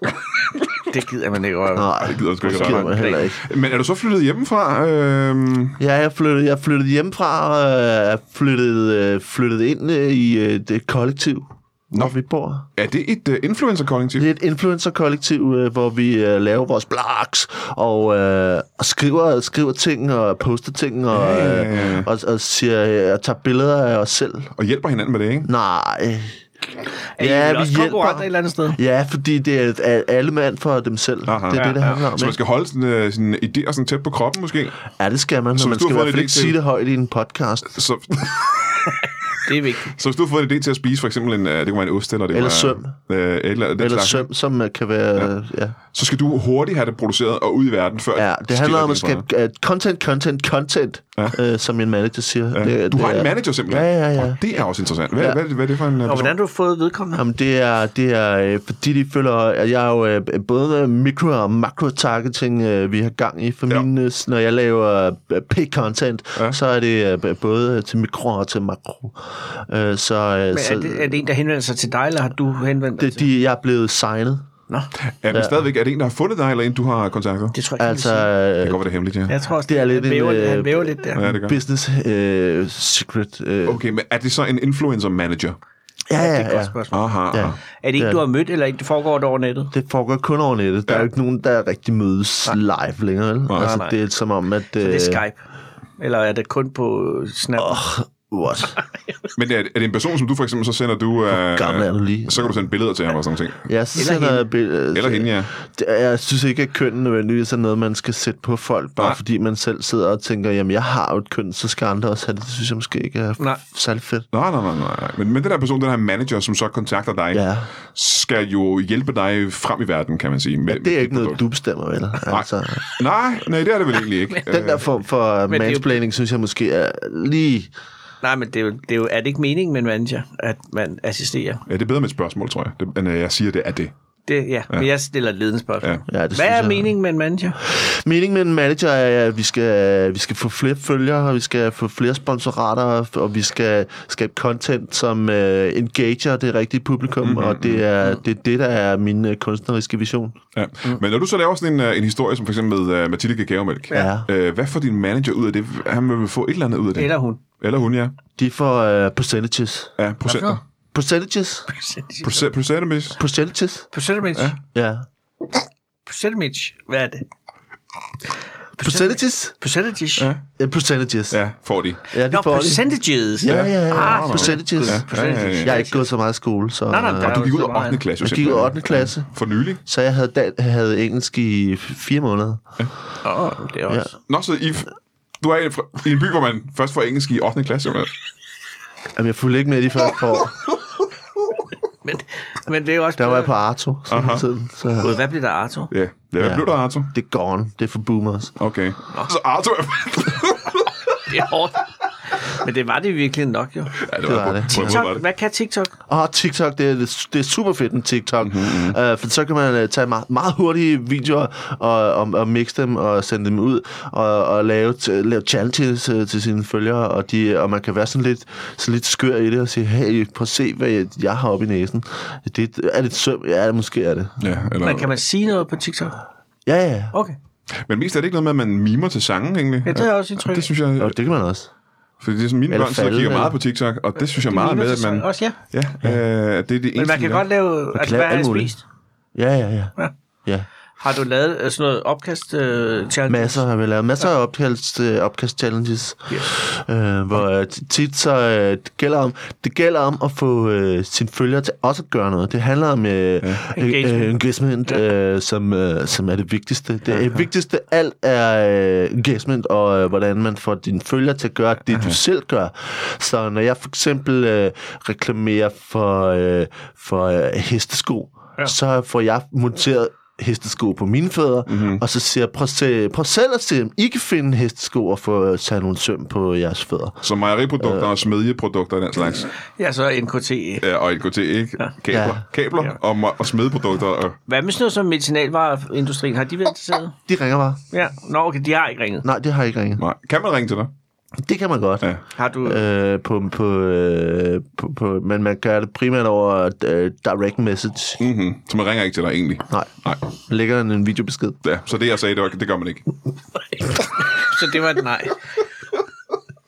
Speaker 2: Det gider man ikke røre ved.
Speaker 3: Nej,
Speaker 1: det gider jeg sgu ikke
Speaker 3: det gider
Speaker 1: ret
Speaker 3: man
Speaker 2: meget.
Speaker 3: heller ikke.
Speaker 1: Men er du så flyttet hjemmefra? Øhm,
Speaker 3: Ja, jeg flyttede, jeg flyttede hjemmefra og øh, flyttede, øh, flyttede ind øh, i øh, det kollektiv, hvor vi bor.
Speaker 1: er det et uh, influencer-kollektiv?
Speaker 3: Det er et influencer-kollektiv, øh, hvor vi øh, laver vores blogs og, øh, og skriver, skriver ting og poster ting og,
Speaker 1: Ja, ja, ja.
Speaker 3: øh, og, og, siger, øh, og tager billeder af os selv.
Speaker 1: Og hjælper hinanden med det, ikke?
Speaker 3: Nej.
Speaker 2: Er I vel også konkurrenter et eller andet sted?
Speaker 3: Ja, fordi det er at alle mand for dem selv.
Speaker 1: Aha.
Speaker 3: Aha, det er
Speaker 1: Ja,
Speaker 3: ja, det, det
Speaker 2: ja.
Speaker 3: handler om.
Speaker 1: Så man
Speaker 3: ikke?
Speaker 1: skal holde sine, sine idéer sådan tæt på kroppen, måske?
Speaker 3: Ja, det skal man,
Speaker 1: Så
Speaker 3: men
Speaker 1: hvis
Speaker 3: man
Speaker 1: du
Speaker 3: skal i
Speaker 1: har fået en
Speaker 3: hvert fald
Speaker 1: idé
Speaker 3: ikke
Speaker 1: til-
Speaker 3: sige det højt i en podcast.
Speaker 1: Så,
Speaker 2: Det er vigtigt.
Speaker 1: så hvis du har fået en idé til at spise, for eksempel en, øh, det kunne være en ost, eller det
Speaker 3: Eller
Speaker 1: kunne være, øh, eller, den
Speaker 3: Eller
Speaker 1: slags,
Speaker 3: søm, som øh, kan være... Ja. Ja.
Speaker 1: så skal du hurtigt have det produceret og ud i verden, før
Speaker 3: ja det handler
Speaker 1: sker
Speaker 3: om at
Speaker 1: dine
Speaker 3: skabe øh, content, content, content, ja. øh, som min manager siger.
Speaker 1: Ja.
Speaker 3: Det,
Speaker 1: Du
Speaker 3: det
Speaker 1: har
Speaker 3: er-
Speaker 1: en manager simpelthen.
Speaker 3: Ja, ja, ja.
Speaker 1: Og det er også interessant. Hvad, ja.
Speaker 3: Ja.
Speaker 1: hvad, hvad er det for en øh,
Speaker 2: Og
Speaker 1: person?
Speaker 2: hvordan har du fået vedkommende?
Speaker 3: Jamen, det er, det er øh, fordi, de føler, at jeg er jo øh, både øh, mikro- og makro-targeting, øh, vi har gang i. For
Speaker 1: Ja.
Speaker 3: ja. mine, øh, når jeg laver øh, p-content,
Speaker 1: Ja.
Speaker 3: ja. så er det øh, både til mikro og til makro. Øh, så øh,
Speaker 2: Men
Speaker 3: så
Speaker 2: er, det, altså- er det en, der henvender sig til dig, eller har du henvendt dig
Speaker 3: det,
Speaker 2: til?
Speaker 3: de, jeg er blevet signet.
Speaker 2: Nå,
Speaker 1: Er det stadigvæk er det en, der har fundet dig, eller en, du har kontaktet? Det,
Speaker 2: det tror jeg ikke,
Speaker 3: Altså,
Speaker 2: altså,
Speaker 1: det kan
Speaker 3: øh,
Speaker 1: godt være, det er hemmeligt, ja.
Speaker 2: Jeg tror også,
Speaker 3: det er lidt
Speaker 2: han væver,
Speaker 3: en, øh,
Speaker 2: han væver lidt der.
Speaker 1: Ja, det gør.
Speaker 3: business øh, secret. Øh.
Speaker 1: Okay, men er det så en influencer manager?
Speaker 3: Ja,
Speaker 2: det er
Speaker 3: ja,
Speaker 2: et godt
Speaker 3: ja.
Speaker 2: spørgsmål.
Speaker 1: Aha.
Speaker 3: ja.
Speaker 1: Ja.
Speaker 2: Er det ikke,
Speaker 3: Ja.
Speaker 2: du har mødt, eller ikke, det foregår det over nettet?
Speaker 3: Det foregår kun over nettet. Der er
Speaker 1: Ja.
Speaker 3: jo ikke nogen, der rigtig mødes live længere. vel?
Speaker 1: Nej,
Speaker 3: altså,
Speaker 2: nej.
Speaker 3: det er som om, at...
Speaker 2: Så det er
Speaker 3: øh,
Speaker 2: Skype? Eller er det kun på øh, Snap? Oh.
Speaker 3: What?
Speaker 1: Men er, er det en person, som du for eksempel, så sender du... Øh,
Speaker 3: Gammel er du lige.
Speaker 1: Så kan du sende billeder til ham og sådan noget.
Speaker 3: Ja, så
Speaker 2: Eller
Speaker 3: sender
Speaker 2: hende.
Speaker 3: jeg billeder.
Speaker 1: Eller hende, ja.
Speaker 3: Det- øh, Jeg synes ikke, at køn nødvendigvis er noget, man skal sætte på folk, bare
Speaker 1: Nej.
Speaker 3: Nej. fordi man selv sidder og tænker, jamen jeg har jo et køn, så skal andre også have det. Det synes jeg måske ikke er
Speaker 2: Nej.
Speaker 3: Nej. særlig fedt.
Speaker 1: Nej, nej, nej, nej. Men, men den her person, den her manager, som så kontakter dig,
Speaker 3: Ja.
Speaker 1: skal jo hjælpe dig frem i verden, kan man sige. Med,
Speaker 3: Ja, det er ikke
Speaker 1: med
Speaker 3: noget, du bestemmer, vel? Altså,
Speaker 1: Nej, nej, det er det vel egentlig ikke.
Speaker 3: den der form for
Speaker 2: det er jo-
Speaker 3: mansplaining, synes jeg måske er lige...
Speaker 2: Nej, men det er, jo, det er jo, er det ikke meningen med en manager, at man assisterer?
Speaker 1: Ja, det er bedre med et spørgsmål, tror jeg, det, end øh, jeg siger, det er det.
Speaker 2: Det, ja, men jeg stiller et ledende spørgsmål.
Speaker 1: Ja.
Speaker 2: Ja.
Speaker 3: Ja, det
Speaker 2: Hvad
Speaker 3: synes
Speaker 2: er
Speaker 3: jeg.
Speaker 2: meningen med en manager?
Speaker 3: Meningen med en manager er, at vi skal, vi skal få flere følgere, og vi skal få flere sponsorater, og vi skal skabe content, som uh, engager det rigtige publikum,
Speaker 1: Mhm.
Speaker 3: mm-hmm. og det er, det er det, der er min uh, kunstneriske vision.
Speaker 1: Ja. Mm. Men når du så laver sådan en, øh, en historie, som for eksempel med øh, Mathilde Kakaomælk,
Speaker 3: Ja.
Speaker 1: øh, hvad får din manager ud af det? Han vil vel få et eller andet ud af det?
Speaker 2: Eller hun?
Speaker 1: Eller hun, ja.
Speaker 3: De får uh, percentages.
Speaker 1: Ja, procenter.
Speaker 3: Percentages?
Speaker 1: Procent- Percentages.
Speaker 3: Percentages?
Speaker 2: Percentage? Ja.
Speaker 3: Ja.
Speaker 2: Percentage? Hvad er det?
Speaker 3: Percentages?
Speaker 2: Percentage? Ja.
Speaker 3: Ja, percentages.
Speaker 1: Ja, får de.
Speaker 3: ja de
Speaker 2: Nå,
Speaker 3: får det.
Speaker 2: percentages.
Speaker 3: Ja, ja, ja.
Speaker 2: Ah,
Speaker 3: Percentages.
Speaker 1: Ja, ja, ja, ja.
Speaker 3: Jeg er ikke gået så meget i skole, så...
Speaker 2: Nej, nej,
Speaker 3: øh,
Speaker 2: der er
Speaker 1: Du
Speaker 2: jo
Speaker 1: gik ud
Speaker 2: så
Speaker 1: af
Speaker 2: meget.
Speaker 1: 8. klasse. jo
Speaker 3: jeg gik ud
Speaker 1: simpelthen.
Speaker 3: af 8. klasse,
Speaker 1: For nylig.
Speaker 3: så jeg havde, dan- havde engelsk i 4 måneder.
Speaker 2: Åh, det er også.
Speaker 1: Nå, så I, f- du er i, fra- i en by, hvor man først får engelsk i 8. klasse. Med.
Speaker 3: Jamen, jeg fulgte ikke med de første par år.
Speaker 2: Men, men det er jo også...
Speaker 3: Der var jeg på Arto
Speaker 1: Aha.
Speaker 3: sådan tiden, så
Speaker 2: Gud, hvad blev der, Arthur?
Speaker 1: Ja, det er
Speaker 3: Ja.
Speaker 1: blevet der, Arto.
Speaker 3: det er gone. Det er for boomers.
Speaker 1: Okay. Så Arto er...
Speaker 2: Det er hårdt. Men det var det virkelig nok, jo.
Speaker 1: ja, det var
Speaker 3: Det var
Speaker 1: på-
Speaker 3: det.
Speaker 1: på en måde var
Speaker 2: TikTok,
Speaker 1: det.
Speaker 2: hvad kan TikTok?
Speaker 3: Og Ah, TikTok, det er, det er super fedt en TikTok. Mm-hmm. Uh, for så kan man uh, tage meget, meget hurtige videoer og, og, og mixe dem og sende dem ud og, og lave, t- lave challenges uh, til sine følgere. Og, de, og man kan være sådan lidt, sådan lidt skør i det og sige, hey, prøv at se, hvad jeg, jeg har oppe i næsen. Det, er det et søm? Ja, måske er det.
Speaker 1: Ja, eller...
Speaker 2: Men kan man sige noget på TikTok?
Speaker 3: Ja, ja.
Speaker 2: Okay.
Speaker 1: Men mest er det ikke noget med, at man mimer til sangen, egentlig?
Speaker 2: Ja, det er også indtryk.
Speaker 1: Det synes jeg...
Speaker 3: Jo, det kan man også.
Speaker 1: Fordi det er sådan, mine
Speaker 3: Eller
Speaker 1: børn sidder og
Speaker 3: falde,
Speaker 1: kigger meget
Speaker 3: eller-
Speaker 1: på TikTok, og det synes jeg meget med, at man...
Speaker 2: Også ja.
Speaker 1: Ja, øh, det er det eneste.
Speaker 2: Men man kan
Speaker 1: de gør.
Speaker 2: godt lave... Altså,
Speaker 3: lave
Speaker 2: hvad har
Speaker 3: alt
Speaker 2: jeg
Speaker 3: muligt.
Speaker 2: spist?
Speaker 3: Ja, ja, ja.
Speaker 2: Ja.
Speaker 3: ja.
Speaker 2: Har du lavet øh, sådan noget opkast øh, til
Speaker 3: Masser har vi lavet. Masser af opkast, øh, opkast-challenges,
Speaker 2: Yes.
Speaker 3: øh, hvor øh, t- tit så øh, det, gælder om, det gælder om at få øh, sine følgere til også at gøre noget. Det handler om øh, engagement, øh,
Speaker 2: Engagement.
Speaker 3: engagement øh, som, øh, som er det vigtigste. Det øh, vigtigste alt er øh, engagement, og øh, hvordan man får dine følgere til at gøre det, du selv gør. Så når jeg for eksempel øh, reklamerer for, øh, for øh, hestesko, ja.
Speaker 2: Ja.
Speaker 3: så får jeg monteret hestesko på mine fødder, mm-hmm. og så siger jeg, prøv, se, prøv selv at se, om I kan finde hestesko og få øh, sat nogle søm på jeres fødder.
Speaker 1: Som mejeriprodukter og smedjeprodukter og den slags.
Speaker 2: Ja, så NKT.
Speaker 1: Ja, og LKT, ikke? Kabler.
Speaker 3: Ja.
Speaker 1: Kabler
Speaker 2: Ja.
Speaker 1: og, me- og smedprodukter. Og,
Speaker 2: Hvad med sådan noget som medicinalvareindustrien? Har de været interesseret?
Speaker 3: De ringer bare.
Speaker 2: Ja. Nå, okay, de har ikke ringet.
Speaker 3: Nej, det har jeg ikke ringet.
Speaker 1: nej. Kan man ringe til dig?
Speaker 3: Det kan man godt.
Speaker 1: Ja.
Speaker 2: Har du...
Speaker 3: Øh, på, på, øh, på, på, men man gør det primært over øh, direct message.
Speaker 1: Mm-hmm. Så man ringer ikke til dig egentlig?
Speaker 3: Nej,
Speaker 1: Nej.
Speaker 3: man lægger en- en videobesked.
Speaker 1: Ja, så det, jeg sagde, det, var, det gør man ikke.
Speaker 2: Så det var et nej.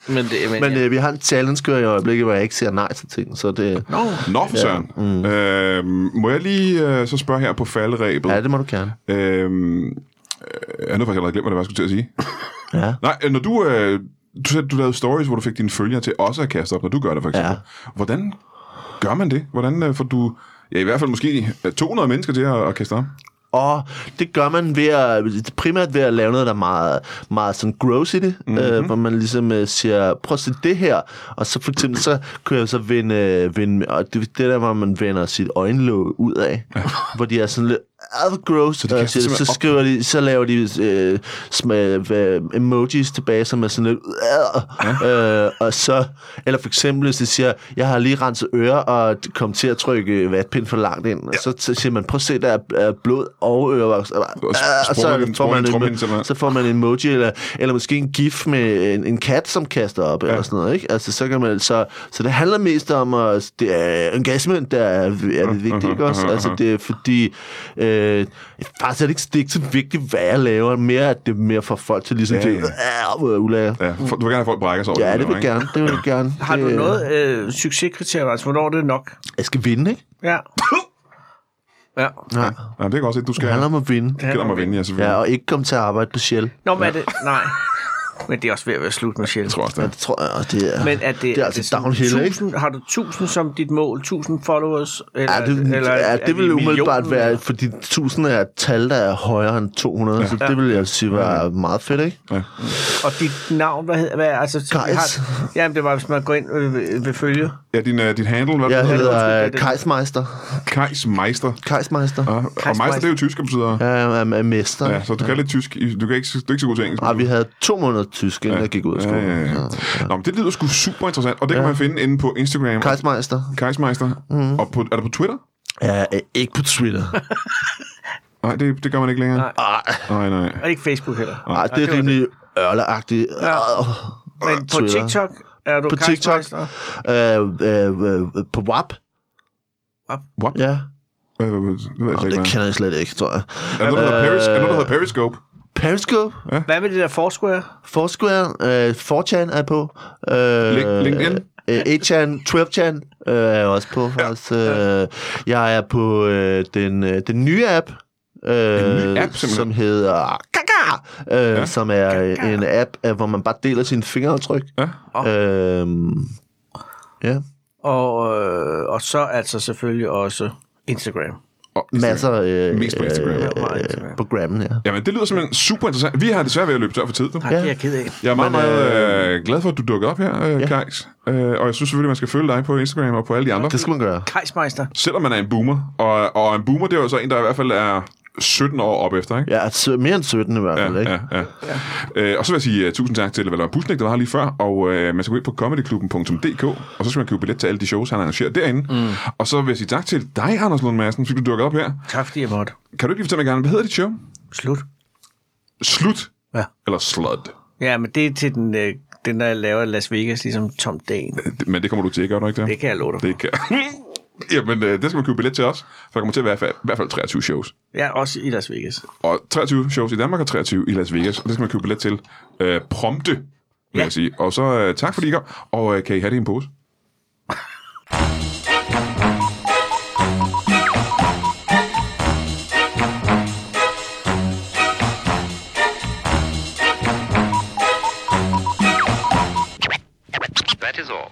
Speaker 2: Men det... Men,
Speaker 3: Men
Speaker 2: ja.
Speaker 3: øh, vi har en challenge kører i øjeblikket, hvor jeg ikke siger nej til ting, så det,
Speaker 2: Nå,
Speaker 1: Nå, for søren. Mm. Øh, må jeg lige øh, så spørge her på falderæbet?
Speaker 3: ja, det må du gerne.
Speaker 1: Øhm, øh, jeg har nu faktisk allerede glemt, hvad det var, jeg skulle til at sige.
Speaker 3: Ja.
Speaker 1: Nej, øh, når du... Øh, du sagde, du lavede stories, hvor du fik dine følgere til også at kaste op, når du gør det, for eksempel. Ja. Hvordan gør man det? Hvordan øh, får du... Ja, i hvert fald måske øh, 200 mennesker til at, at kaste op.
Speaker 3: Og det gør man ved at, primært ved at lave noget, der er meget, meget sådan gross i det, mm-hmm. øh, hvor man ligesom øh, siger, prøv at se det her, og så for eksempel, så kører jeg så vende, øh, vende og det, det er der, hvor man vender sit øjenlåg ud af, hvor de er sådan lidt, "Ah, hvor gross, så,
Speaker 1: de kaster
Speaker 3: så, så
Speaker 1: simpelthen op.
Speaker 3: skriver de, så laver de øh, sma, hvad, emojis tilbage, som er sådan lidt, "Ah", øh, og så, eller for eksempel, hvis de siger, jeg har lige renset ører, og kom til at trykke vatpind for langt ind, ja. så t- siger man, prøv at se, der er- er blod og ørevoks, og,
Speaker 1: Og s-
Speaker 3: Ah, og
Speaker 1: sprunget
Speaker 3: så,
Speaker 1: en-
Speaker 3: får
Speaker 1: sprunget en
Speaker 3: man
Speaker 1: tromhinde,
Speaker 3: en,
Speaker 1: simpelthen.
Speaker 3: så får man en emoji, eller, eller måske en gif med en, en kat, som kaster op, ja. eller sådan noget, ikke? Altså, så kan man, så, så det handler mest om, at det er engagement, der er, er det vigtige, ikke også?
Speaker 1: aha,
Speaker 3: Altså, det er fordi, øh, faktisk er det ikke, det er ikke så vigtigt, hvad jeg laver, mere at det er mere for folk til ligesom,
Speaker 1: Ja,
Speaker 3: ja, ja.
Speaker 1: ja.
Speaker 3: Det, "Ah, hvor er ulækkert."
Speaker 1: Ja, for, du vil gerne have, at folk brækker sig over
Speaker 3: ja,
Speaker 1: det.
Speaker 3: det vil jeg
Speaker 1: ikke?
Speaker 3: gerne, det vil jeg gerne.
Speaker 2: har du
Speaker 3: det,
Speaker 2: noget øh, succeskriterier? Altså, hvornår er det nok?
Speaker 3: Jeg skal vinde, ikke?
Speaker 2: Ja. Ja.
Speaker 3: Nej,
Speaker 1: Ja, det kan godt se, du skal...
Speaker 3: det handler om at vinde.
Speaker 1: Det gælder om at vinde, ja, selvfølgelig.
Speaker 3: Ja,
Speaker 1: Ja,
Speaker 3: og ikke komme til at arbejde på Shell.
Speaker 2: Nå, men er det... Nej. Men det er også ved at være slut med sjældent.
Speaker 1: jeg tror også,
Speaker 3: Ja,
Speaker 1: det.
Speaker 3: det tror jeg også, det er.
Speaker 2: Men er det,
Speaker 3: det er altså
Speaker 2: sådan
Speaker 3: downhill, ikke?
Speaker 2: 1000, Har du 1000 som dit mål? 1000 followers? Eller,
Speaker 3: Ja, det, eller, ja,
Speaker 2: er
Speaker 3: det ville
Speaker 2: millionen,
Speaker 3: umiddelbart være,
Speaker 2: eller?
Speaker 3: fordi 1000 er et tal, der er højere end 200, ja. så det ville jeg sige var meget fedt, ikke?
Speaker 2: Og dit navn, hvad hedder... Hvad, altså, vi
Speaker 3: Gejs.
Speaker 2: Har, jamen, det var, hvis man går ind og vil, vil følge.
Speaker 1: Ja, din, uh, dit handle, hvad
Speaker 3: Jeg
Speaker 1: hedder det?
Speaker 2: undskyld,
Speaker 3: hedder
Speaker 2: hvad
Speaker 3: øh,
Speaker 2: er det?
Speaker 3: Kajsmeister.
Speaker 1: Kajs Meister.
Speaker 3: Kajsmeister.
Speaker 1: Ja,
Speaker 3: Ja.
Speaker 1: og Meister, det er jo tysk, betyder... Ja.
Speaker 3: Jeg er, er mester.
Speaker 1: ja, så du kan lidt tysk. Du, kan ikke, du er ikke så god til engelsk.
Speaker 3: Ej, vi havde to måneder tysk, inden jeg gik ud af
Speaker 1: Ja,
Speaker 3: skolen.
Speaker 1: ja, ja. Nå, men det lyder sgu super interessant, og det kan man finde inde på Instagram.
Speaker 3: Kajsmeister.
Speaker 1: Kajsmeister.
Speaker 3: Mhm.
Speaker 1: Mm. Og på, er det på Twitter?
Speaker 3: Ja, øh, ikke på Twitter.
Speaker 1: Nej, det, det gør man ikke længere.
Speaker 2: Nej.
Speaker 1: nej. nej.
Speaker 2: Og ikke Facebook heller.
Speaker 3: Nej, det er rimelig ørleagtigt.
Speaker 2: Ja.
Speaker 3: Åh.
Speaker 2: Men på
Speaker 3: Twitter.
Speaker 2: TikTok er du
Speaker 3: På
Speaker 2: Carsten
Speaker 3: TikTok.
Speaker 2: Meisner?
Speaker 3: Øh, øh, øh, På WAP.
Speaker 1: What?
Speaker 3: Ja,
Speaker 1: Øh, øh, øh, Det ved jeg
Speaker 3: Nå,
Speaker 1: slet
Speaker 3: det Øh.
Speaker 1: ikke, hvad
Speaker 3: kender jeg slet ikke, tror jeg.
Speaker 1: er. Er der noget, der hedder Peris- er der noget, der hedder Periscope?
Speaker 3: Periscope.
Speaker 2: Hvad med det der Foursquare?
Speaker 3: Foursquare, øh, 4chan er på. Øh,
Speaker 1: Link- LinkedIn?
Speaker 3: Øh, 8chan, 12chan øh, er jeg også på, faktisk. Ja. Øh, jeg er på øh, den, øh, den nye app, øh,
Speaker 1: nye app, simpelthen?
Speaker 3: som hedder Kaka, øh, ja. som er Kaka. en app, øh, hvor man bare deler sine fingeraftryk.
Speaker 1: Ja.
Speaker 2: Åh.
Speaker 3: Øh, ja,
Speaker 2: Og, øh, og så altså selvfølgelig også Instagram.
Speaker 1: Og Instagram.
Speaker 3: masser øh,
Speaker 1: Mest på Instagram.
Speaker 3: øh,
Speaker 2: Ja, meget Instagram.
Speaker 3: på Grammen, ja.
Speaker 1: Jamen, det lyder simpelthen super interessant. Vi har desværre ved at løbe tør for tid. Du.
Speaker 2: Ej, det er jeg ked af.
Speaker 1: Jeg er meget,
Speaker 3: Men,
Speaker 1: meget øh, glad for, at du dukkede op her, øh, Kajs. Øh, og jeg synes selvfølgelig, man skal følge dig på Instagram og på alle de andre.
Speaker 3: Det skal man gøre.
Speaker 2: Kajsmeister.
Speaker 1: Selvom man er en boomer. Og, og en boomer, det er jo så en, der i hvert fald er 17 år op efter, ikke?
Speaker 3: Ja, altså, mere end 17 i hvert fald, ikke?
Speaker 1: ja, ja. Øh, og så vil jeg sige uh, tusind tak til Valerian Busnik, der var her lige før, og uh, man skal gå ind på comedyklubben.dk, og så skal man købe billet til alle de shows, han arrangerer derinde. Mm. Og så vil jeg sige tak til dig, Anders Lund Madsen, fordi du dukkede op her.
Speaker 2: Tak fordi jeg måtte.
Speaker 1: Kan du ikke lige fortælle mig gerne, hvad hedder dit show?
Speaker 2: Slut.
Speaker 1: Slut
Speaker 2: Ja.
Speaker 1: eller slot?
Speaker 2: Ja, men det er til den, øh, den der jeg laver i Las Vegas, ligesom Tom Dagen.
Speaker 1: Men det kommer du til, ikke? Gør du ikke det?
Speaker 2: Det kan jeg love dig. for.
Speaker 1: Det kan. Jamen, øh, det skal man købe billet til os, for der kommer til at være i hvert- i hvert fald 23 shows.
Speaker 2: Ja, også i Las Vegas.
Speaker 1: Og 23 shows i Danmark og 23 i Las Vegas, og det skal man købe billet til øh, prompte, vil ja.
Speaker 2: Ja.
Speaker 1: jeg sige. Og så øh, tak fordi I kom, og øh, kan I have det i en pose?
Speaker 5: That is all.